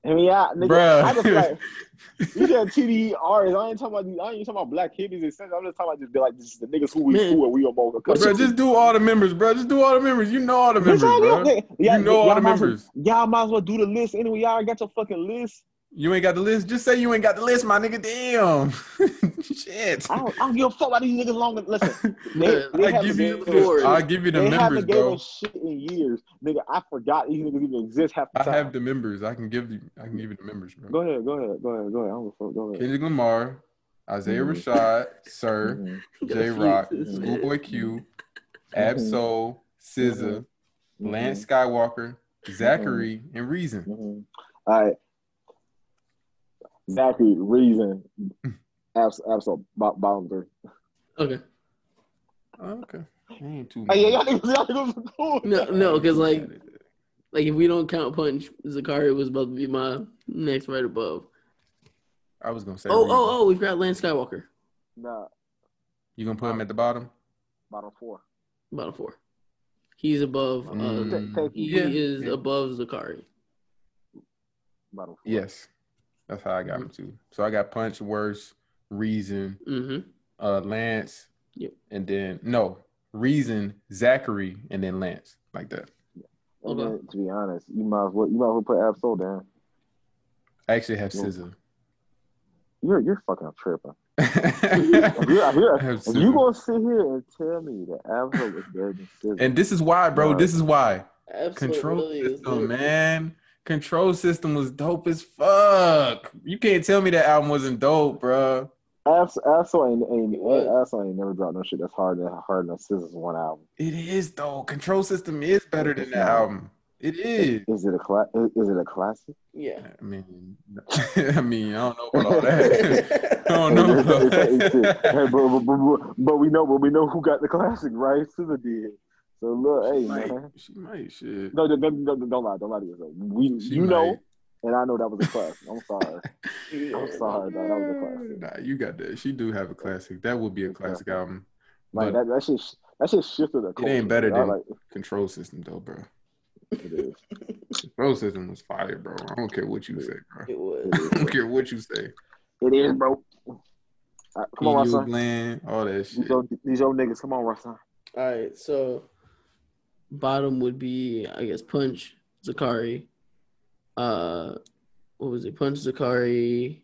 D: hear me out, nigga. I just feel like
B: bruh.
D: you said TDE artists. I ain't talking about. these- I ain't talking about black hippies. And stuff. I'm just talking about just be like this is the niggas who we
C: Man.
D: who are we are both.
B: Bro, just do all the members, bro. Just do all the members. You know all the members, bro. You know all the members.
D: Y'all might as well do the list anyway. Y'all already got your fucking list.
B: You ain't got the list. Just say you ain't got the list, my nigga. Damn. Shit.
D: I don't, I don't give a fuck about these niggas longer. Listen, they,
C: Man,
D: they
B: I
D: haven't
B: give you
D: gave
B: the
D: us-
C: four.
B: list. I give you the
D: they
B: members,
D: haven't gave
B: bro.
D: us shit in years, nigga. I forgot these niggas even exist half the
B: I
D: time.
B: have the members. I can give you. I can give you the members, bro.
D: Go ahead, go ahead, go ahead, go ahead. I don't give a fuck. Go ahead.
B: Kendrick Lamar, Isaiah
D: Mhm.
B: Rashad, Sir,
D: Mhm,
B: J Rock,
C: Confused, man.
B: Schoolboy Q, Absol, SZA,
C: Mm-hmm.
D: mhm,
B: Lance Skywalker, Zachary, and Reason.
D: mhm. All right. Zachary, reason, abs, absolute bottom three.
C: Okay.
B: Okay. Ain't too
D: Hey, yeah, y'all niggas, y'all niggas are cool.
C: No, no, because like, like if we don't count Punch, Zakari was about to be my next right above.
B: I was gonna say.
C: Oh,
B: Reason.
C: oh, oh, we've got Lance Skywalker,
D: Nah,
B: You gonna put him at the bottom?
D: bottom four.
C: bottom four. He's above. Uh,
B: Mm.
D: Take- take-
C: He
B: Yeah.
C: is
B: Yeah.
C: above Zakari.
D: bottom four.
B: Yes, that's how I got him too. So I got Punch, Worse, Reason,
C: Mm-hmm.
B: uh, Lance,
C: Yep.
B: and then no Reason, Zachary, and then Lance, like that.
D: And
C: Okay.
D: then, to be honest, you might as well you might as well put Absol down.
B: I actually have
D: Nope.
B: Scissor.
D: You're you're fucking tripping. If
B: and
D: you're, if you're,
B: I have
D: if
B: scissors.
D: you gonna sit here and tell me that Absol is better than Scissor,
B: this is why, bro.
D: Right.
B: This is why
C: Absolutely.
B: control system, man. Control system was dope as fuck. You can't tell me that album wasn't dope, bro.
D: Abs- Absol ain't, ain't,
C: What?
D: Absol ain't never dropped no shit that's hard than hard than Scissor's one album.
B: It is though. Control system is better than that album. It is.
D: Is it a cla- is, is it a classic?
C: Yeah.
B: I mean, I mean, I don't know about all that. I don't know about
D: It's- it's- hey,
B: that.
D: but, but, but, but we know, but we know who got the classic, right? Scissor did. So look, hey
B: Might-
D: man,
B: she might shit.
D: no, don't, don't, don't, don't lie, don't lie to yourself. We,
B: She
D: you know,
B: might.
D: and I know that was a classic. I'm sorry. I'm sorry, dog. That was a classic.
B: Nah, you got that. She do have a classic. That would be a classic album.
D: Like
B: But-
D: that, that shit, sh- that shit shifted the culture.
B: ain't better
D: bro.
B: than-
D: like,
B: Control system though, bro.
D: it is.
B: Control system was fire, bro. I don't care what you say, bro.
C: It was.
B: I don't care what you say.
D: It is, bro. All right, come on, my
B: Pineal
D: son.
B: gland, all that
D: These
B: shit.
D: yo, these yo niggas, come on, my son.
C: All right, so bottom would be, I guess, Punch Zakari. Uh, what was it? Punch Zakari.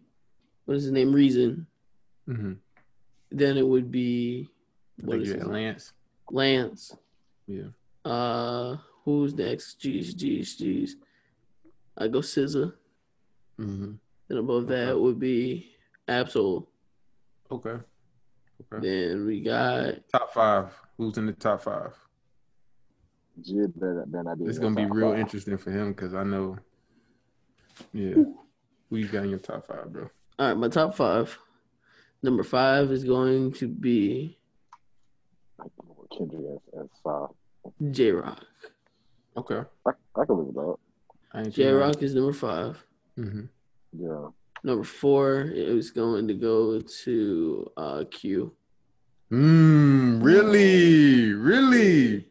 C: What is his name? Reason.
B: Mhm.
C: Then it would be
B: I
C: what
B: think
C: is
B: you
C: his
B: had
C: name?
B: Lance.
C: Lance.
B: Yeah.
C: Uh, who's next? Jeez, jeez, jeez. I go Scissor.
B: hmm
C: Then above that
B: Okay.
C: would be Absol.
B: Okay. Okay.
C: Then we got
B: Top five. Who's in the top five?
D: Jid better, better not be.
B: It's
D: in
B: gonna
D: that
B: be
D: top
B: real
D: five.
B: interesting for him because I know. Yeah. Who you got in your top five, bro?
C: all right. My top five. Number five is going to be
D: I can go with Kendrick as, as five.
C: J Rock.
B: Okay.
D: I, I can live with that.
B: I ain't
C: J Rock is number five.
B: Mm-hmm.
D: Yeah.
C: Number four, it was going to go to uh, Q.
B: Mm, really? Really?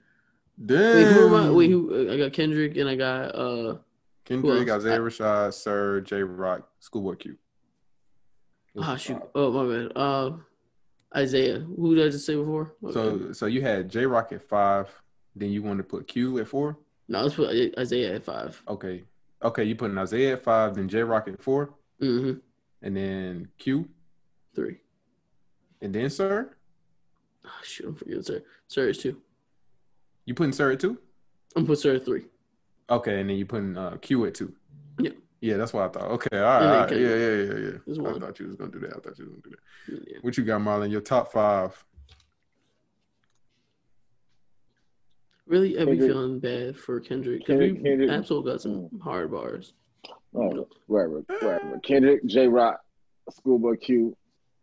B: Damn.
C: Wait, who am I? Wait, who, I got Kendrick and I got uh,
B: Kendrick,
C: else?
B: Isaiah Rashad, Sir, J Rock, Schoolboy Q. Those
C: ah
B: are
C: shoot,
B: five.
C: oh my bad, uh, Isaiah. Who did I just say before? Okay.
B: So so you had J Rock at five, then you wanted to put Q at four?
C: no, let's put Isaiah at five.
B: Okay. Okay, you put an Isaiah at five, then J Rock at four,
C: Mm-hmm.
B: and then Q,
C: Three.
B: and then Sir?
C: Ah shoot, I'm forgetting sir. Sir is two.
B: You putting Sir at two?
C: I'm gonna put sir at three.
B: Okay, and then you putting uh, Q at two.
C: Yeah.
B: Yeah, that's what I thought. Okay, all right.
C: And then
B: all right.
C: Kendrick.
B: Yeah, yeah, yeah,
C: There's
B: yeah. I
C: one.
B: thought you was gonna do that. I thought you was gonna do that.
C: Yeah.
B: What you got, Marlon? Your top five.
C: Really, I be
D: Kendrick-
C: feeling bad for Kendrick because
D: Kendrick-
C: we
D: Kendrick-
C: absolutely got some hard bars.
D: Oh, whatever,
B: Eh.
D: whatever. Kendrick, J. Rock, Schoolboy Q.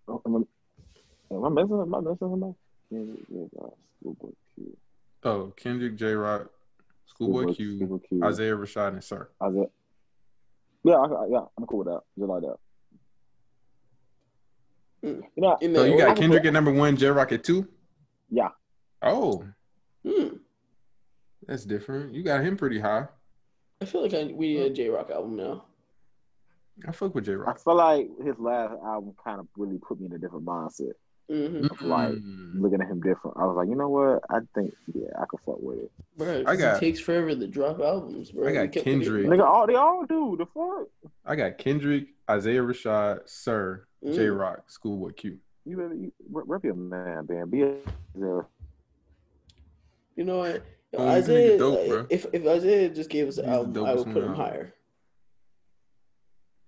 D: Oh, Am I, am I missing? Am I missing somebody? Kendrick, J. Rock, Schoolboy Q.
B: Oh, Kendrick, J. Rock, Schoolboy Q,
D: Q.
B: Isaiah Rashad, and Sir.
D: Isaiah. Yeah, I, I- yeah, I'm cool with that. Just like that.
C: Mm.
D: You know,
C: In
B: So you
D: I
B: got
D: can
B: Kendrick
D: put-
B: at number one, J. Rock at two.
D: Yeah.
B: Oh,
C: Hmm,
B: that's different. You got him pretty high.
C: I feel like I, we need a
B: Mm.
C: J Rock album now.
B: I fuck with J.
D: I
B: Rock.
D: feel like his last album kind of really put me in a different mindset.
C: hmm
D: like-
B: Mm.
D: Looking at him different, I was like, you know what? I think, yeah, I could fuck with it.
C: Bro,
B: I got-
C: it takes forever to drop albums, bro.
B: I got
C: We kept forgetting
B: Kendrick.
C: about
D: Nigga, all they all do the fuck.
B: I got Kendrick, Isaiah Rashad, Sir, J. Rock, Schoolboy Q.
D: You better you, rep rep your man, man. Be a zero.
C: You know what? If
B: Oh, this nigga
C: Isaiah,
B: dope,
C: like,
B: bro.
C: if if Isaiah just gave us an
B: He's the
C: album, I
B: dopest
C: would put
B: one
C: him
B: out.
C: higher.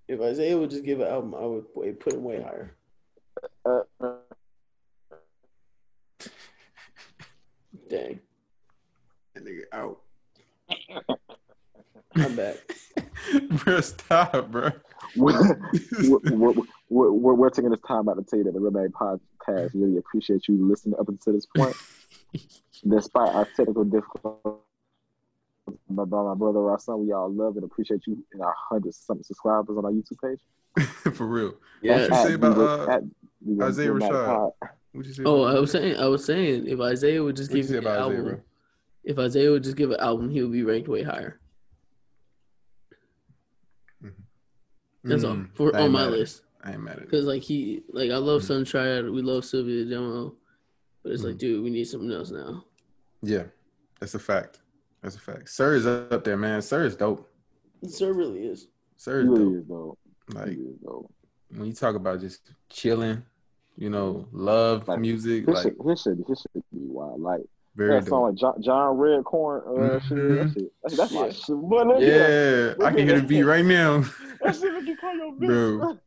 C: If Isaiah would just give an album, I would way- put him way higher.
D: Uh, uh,
C: Dang,
B: That nigga out.
C: I'm back.
B: bro, stop, bro.
D: we're, we're, we're, we're, we're taking this time out to tell you that the Real Bag Podcast really appreciate you listening up until this point. Despite our technical difficulties, my, my my brother, our son, we all love and appreciate you and our hundred something subscribers on our YouTube page.
B: For real.
C: Yeah.
B: you say
D: At
B: about,
D: Real-
B: uh,
D: at Real-
B: Isaiah
D: Real Bag
B: Rashad?
D: Pod.
B: What you say?
C: Oh, I was saying, I was saying, if Isaiah would just
B: What you
C: give
B: say
C: an
B: about Isaiah,
C: album,
B: bro?
C: if Isaiah would just give an album, he would be ranked way higher. That's all
B: Mm,
C: for
B: I
C: on
B: ain't
C: my
B: mad at it.
C: list.
B: I ain't mad at it.
C: Because like he, like I love Sun Triad, we love Sylvia the Demo, but it's like, dude, we need something else now.
B: Yeah, that's a fact. That's a fact. Sir is up there, man. Sir is dope.
C: Sir really is.
B: Sir
D: He
B: is
D: really
B: dope.
D: is dope. He
B: Like
D: really is dope.
B: when you talk about just chilling, you know, love
D: Like,
B: music,
D: His
B: like
D: shit, his shit, his shit be wild. Like
B: very
D: that song,
B: dope.
D: like John, John Redcorn, uh, shit, that
B: Mhm.
D: shit. That's, that's my
C: Yeah.
D: shit. Boy, that, yeah.
B: Yeah,
D: Look
B: I can
D: at
B: hear the
D: that.
B: beat right now.
D: that shit make you call your bitch.
B: Bro.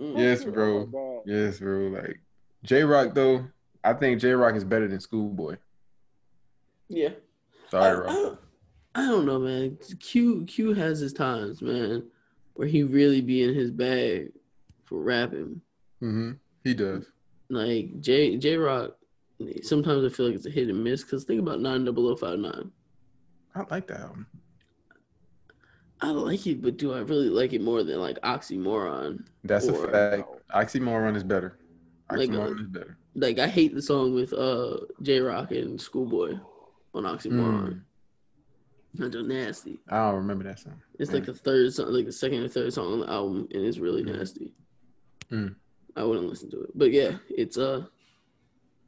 C: Mm.
B: Yes,
D: Oh my
B: bro.
D: God.
B: Yes, bro. Like J Rock though, I think J Rock is better than Schoolboy.
C: Yeah.
B: Sorry,
C: I, I,
B: Rock.
C: don't- I don't know, man. Q Q has his times, man, where he really be in his bag for rapping.
B: Mm-hmm. He does.
C: Like J J Rock, sometimes I feel like it's a hit and miss. Cause think about nine double oh five nine.
B: I like that album.
C: I like it, but do I really like it more than like Oxymoron?
B: That's
C: Or-
B: a fact. Oxymoron is better.
C: Like, uh,
B: Oxymoron is better.
C: Like I hate the song with uh J Rock and Schoolboy on
B: Mm.
C: Oxymoron. That's just nasty.
B: I don't remember that song.
C: It's like the third song, like the second or third song on the album, and it's really
B: Mm.
C: nasty.
B: Mm.
C: I wouldn't listen to it, but yeah, it's uh,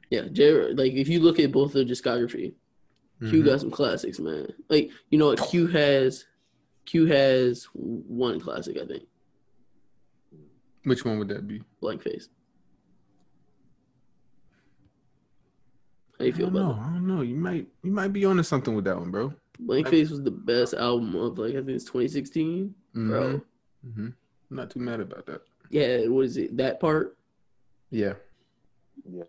C: yeah, J. Like if you look at both their discography, Q
B: Mhm.
C: got some classics, man. Like you know what, Q has, Q has one classic, I think,
B: Which one would that be?
C: Blank Face. How you feel
B: I don't
C: about
B: know. I don't know. You might you might be onto something with that one, bro.
C: that? Blank Face was the best album of like I think it's 2016,
B: Mm-hmm.
C: bro.
B: hmm I'm not too mad about that.
C: Yeah, what is it? That part.
B: Yeah.
D: Yeah.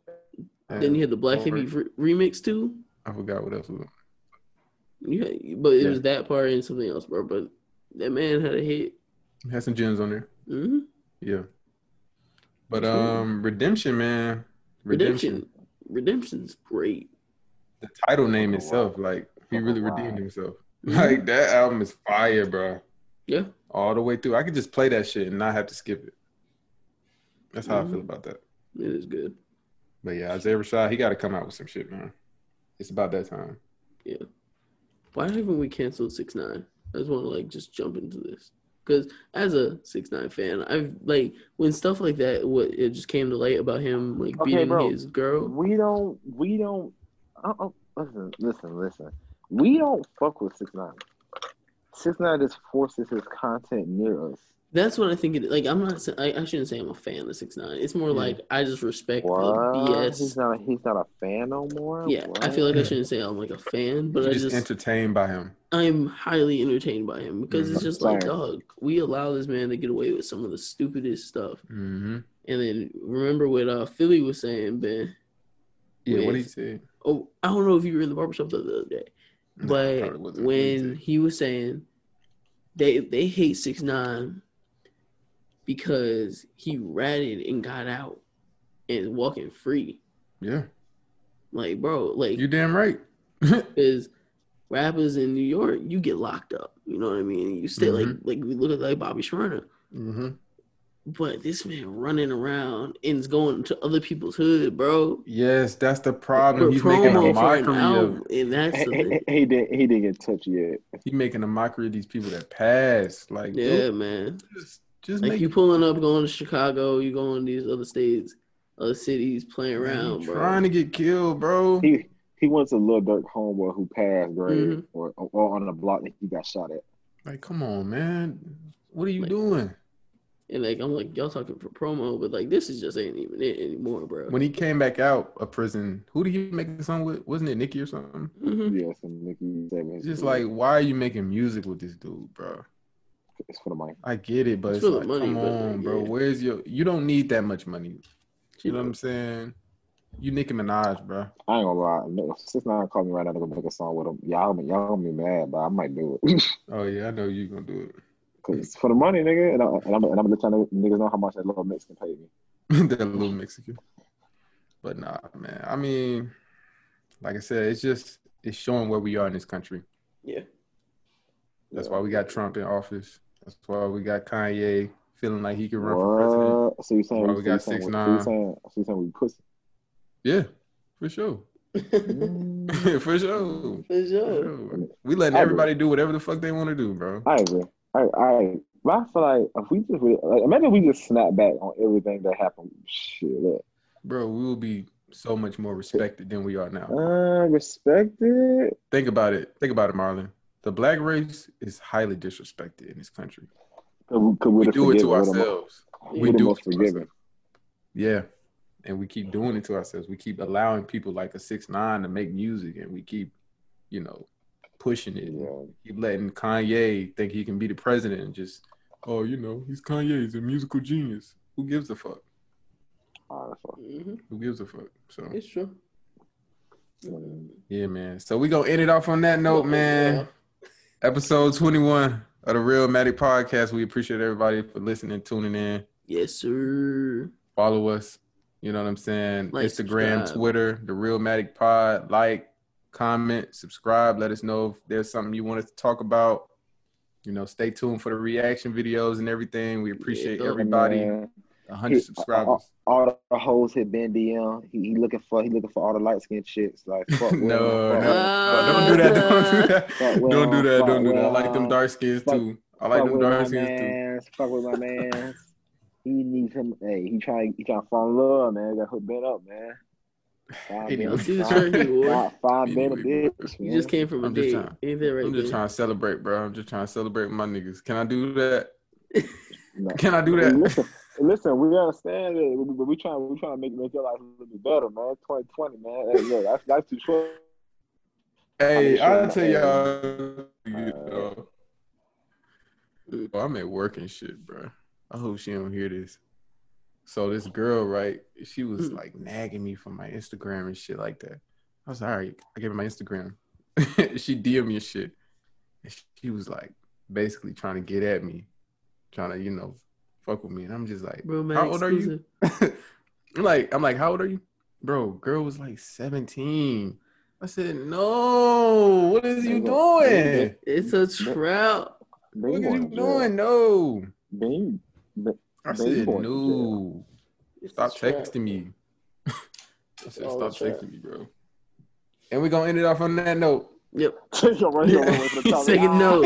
B: And
C: Then you had the Black Hippie re- remix too.
B: I forgot what else was. on.
C: Yeah, but it
B: Yeah.
C: was that part and something else, bro. But that man had a hit.
B: It Had some gems on there.
C: hmm
B: Yeah. But
C: True.
B: um Redemption, man.
C: Redemption. Redemption's great.
B: The title name itself, like he really redeemed himself. Like that album is fire, bro.
C: Yeah.
B: All the way through. I could just play that shit and not have to skip it. That's how I feel
C: Mhm.
B: about that.
C: It is good.
B: But yeah, Isaiah Rashad, he gotta come out with some shit, man. It's about that time.
C: Why haven't we canceled six nine? I just want to like just jump into this because as a six nine fan, I've like when stuff like that, what it just came to light about him like
D: Okay,
C: beating
D: bro.
C: his girl.
D: We don't. We don't. Uh, uh, listen, listen, listen. We don't fuck with six nine. Six nine just forces his content near us.
C: That's what I think. It like I'm not. sa- I, I shouldn't say I'm a fan of six nine. It's more
B: Yeah.
C: like I just respect
D: What?
C: the BS.
D: He's not. A, he's not a fan no more.
C: yeah, I
D: What?
C: feel like I
B: Yeah.
C: shouldn't say I'm like a fan, but
B: You're
C: I
B: just,
C: just
B: entertained by him.
C: I'm highly entertained by him because it's
B: Mhm.
C: just like,
D: Same.
C: dog, we allow this man to get away with some of the stupidest stuff.
B: Mm-hmm.
C: And then remember what uh, Philly was saying, Ben.
B: Yeah, what
C: Yeah.
B: he said.
C: Oh, I don't know if you were in the barbershop the other day, But
B: probably wasn't
C: when
B: easy.
C: he was saying they they hate six nine because he ratted and got out and walking free.
B: Yeah,
C: Like, bro, like
B: you damn right.
C: because rappers in New York, you get locked up. You know what I mean? You stay like
B: Mm-hmm.
C: like we look at like Bobby Schmurda.
B: hmm
C: Mm-hmm. But this man running around and is going to other people's hood, bro.
B: Yes, that's the
C: For
B: problem. He's making a
C: promo for an
B: mockery of
C: album, and that's the
D: He,
C: thing.
D: he, didn't. He didn't get touched yet.
B: he's making a mockery of these people that pass. Like,
C: Yeah,
B: dude,
C: man.
B: just just
C: Like
B: make
C: you pulling up, going to Chicago, you going to these other states, other cities, playing around,
B: you
C: bro.
B: trying to get killed, bro.
D: He he went to Lil Durk homeboy who passed grade
C: Mhm.
D: or, or on the block that he got shot at.
B: Like, come on, man. What are you
C: Like-
B: doing?
C: and like I'm like, y'all talking for promo, but like this is just ain't even it anymore, bro.
B: When he came back out of prison, who did he make the song with? Wasn't it Nicki or something?
C: Mhm.
D: Yes, and Nicki Savage.
B: It's just like,
C: Mm-hmm.
B: why are you making music with this dude, bro?
D: it's for the money.
B: I get it, but
C: It's
B: it's,
C: for the
B: like,
C: money,
B: come
C: but, like,
B: on, bro.
C: yeah.
B: Where's your? You don't need that much money. You
C: You
B: know what
C: know,
B: I'm saying? You Nicki Minaj, bro.
D: I ain't gonna lie. No, Six Nine called me right now to go make a song with him. Y'all, y'all gonna be mad, but I might do it
B: Oh yeah, I know you gonna do
D: because it's for the money, nigga. And, I, and I'm, and I'm gonna let y'all know, niggas know how much that little Mexican paid me.
B: it. that little Mexican. But nah, man. I mean, like I said, it's just it's showing where we are in this country.
C: yeah,
B: That's why we got Trump in office. That's why we got Kanye feeling like he can run for president.
D: What? So you saying
B: Why
D: we
B: we got
D: so you saying,
B: 6ix9ine?
D: So you saying, so you saying we pussy?
B: Yeah, for sure. for sure.
C: for
B: For
C: sure.
B: sure. We letting everybody do whatever the fuck they want to do, bro.
D: I agree. I, I, but I feel like if we just really, like, imagine we just snap back on everything that happened. Shit, look.
B: Bro, we will be so much more respected than we are now.
D: uh, respected.
B: Think about it. Think about it, Marlon. The black race is highly disrespected in this country.
D: Could, could
B: We
D: the
B: do it to
D: forgiving, we're the mo-
B: ourselves.
D: we're
B: We
D: the
B: do it
D: most
B: to
D: forgiving.
B: ourselves. Yeah. And we keep doing it to ourselves. We keep allowing people like a six nine to make music and we keep, you know, pushing it.
D: Yeah.
B: Keep letting Kanye think he can be the president and just, oh, you know, he's Kanye, he's a musical genius. Who gives a fuck?
D: All right, so,
C: hmm
B: Who gives a fuck? So
C: Mm-hmm. It's true.
B: yeah, man. So we gonna end it off on that note, man. Episode twenty one of the Real Matic Podcast. We appreciate everybody for listening, tuning in.
C: Yes, sir.
B: follow us. You know what I'm saying?
C: Like,
B: Instagram,
C: subscribe.
B: Twitter, the Real Matic Pod. Like, comment, subscribe. Let us know if there's something you want us to talk about. You know, stay tuned for the reaction videos and everything. We appreciate
C: Yeah,
B: everybody.
D: man.
B: 100 subscribers.
D: All the hoes hit Ben DM. He, he looking for he looking for all the light skinned shits. Like fuck
B: No,
D: women, fuck
B: no.
D: women,
B: Oh, don't do that. Don't do that.
D: fuck women,
B: Don't do that.
D: fuck
B: Don't do that. I
D: women,
B: like them dark skins
D: Fuck-
B: too. I like
D: fuck
B: them
D: with
B: dark
D: my
B: skins too.
D: mans, Fuck with my man. He needs him. Hey, he trying he trying to fall in love, man. Got hooked Ben up, man. Find
B: Anyway.
D: Ben-
C: You see the
D: find-
C: shirt he wore?
D: find- Find Ben a
B: Anyway,
D: bitch.
C: You
D: man.
C: just came from a
B: I'm just
C: date.
B: trying-
C: Ain't that right
B: I'm just
C: there?
B: trying to celebrate, bro. I'm just trying to celebrate my niggas. Can I do that?
D: No.
B: Can I do
D: Hey,
B: that?
D: listen, listen, we understand it, but we, we trying we trying to make make your life a little bit better, man. Twenty twenty, man. Hey, look, that's that's too short.
B: Hey,
D: I'm sure
B: I'll tell
D: that-
B: y'all. You know, well, I'm at work and shit, bro. I hope she don't hear this. So this girl, right? She was
C: Hmm.
D: Mm.
B: like nagging me for my Instagram and shit like that. I was like, all right. I gave her my Instagram. she DM me and shit, and she was like, basically trying to get at me, trying to you know, fuck with me. And I'm just like,
C: Romantic
B: How old are you?
C: exclusive.
B: I'm like, I'm like, how old are you, bro? Girl was like 17. I said, no. What is you doing?
C: It's a trout.
D: Ben,
B: What are you
D: going to jail.
B: doing? No.
D: Ben, you- Ben-
B: I
D: Ben, you
B: said,
D: going to jail.
B: no.
C: It's
B: Stop
C: a trap.
B: texting me. I said,
C: all
B: stop
C: a trap.
B: texting me, bro. And we're gonna end it off on that note.
C: Yep.
D: Yo, right here, right here, for the top.
C: Second note.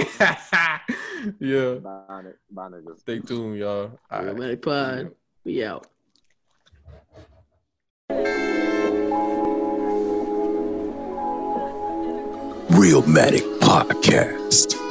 B: yeah.
D: Bye, ni- bye, niggas.
B: Stay tuned, y'all. All right.
C: Romantic pod. We out.
J: Real Matic Podcast.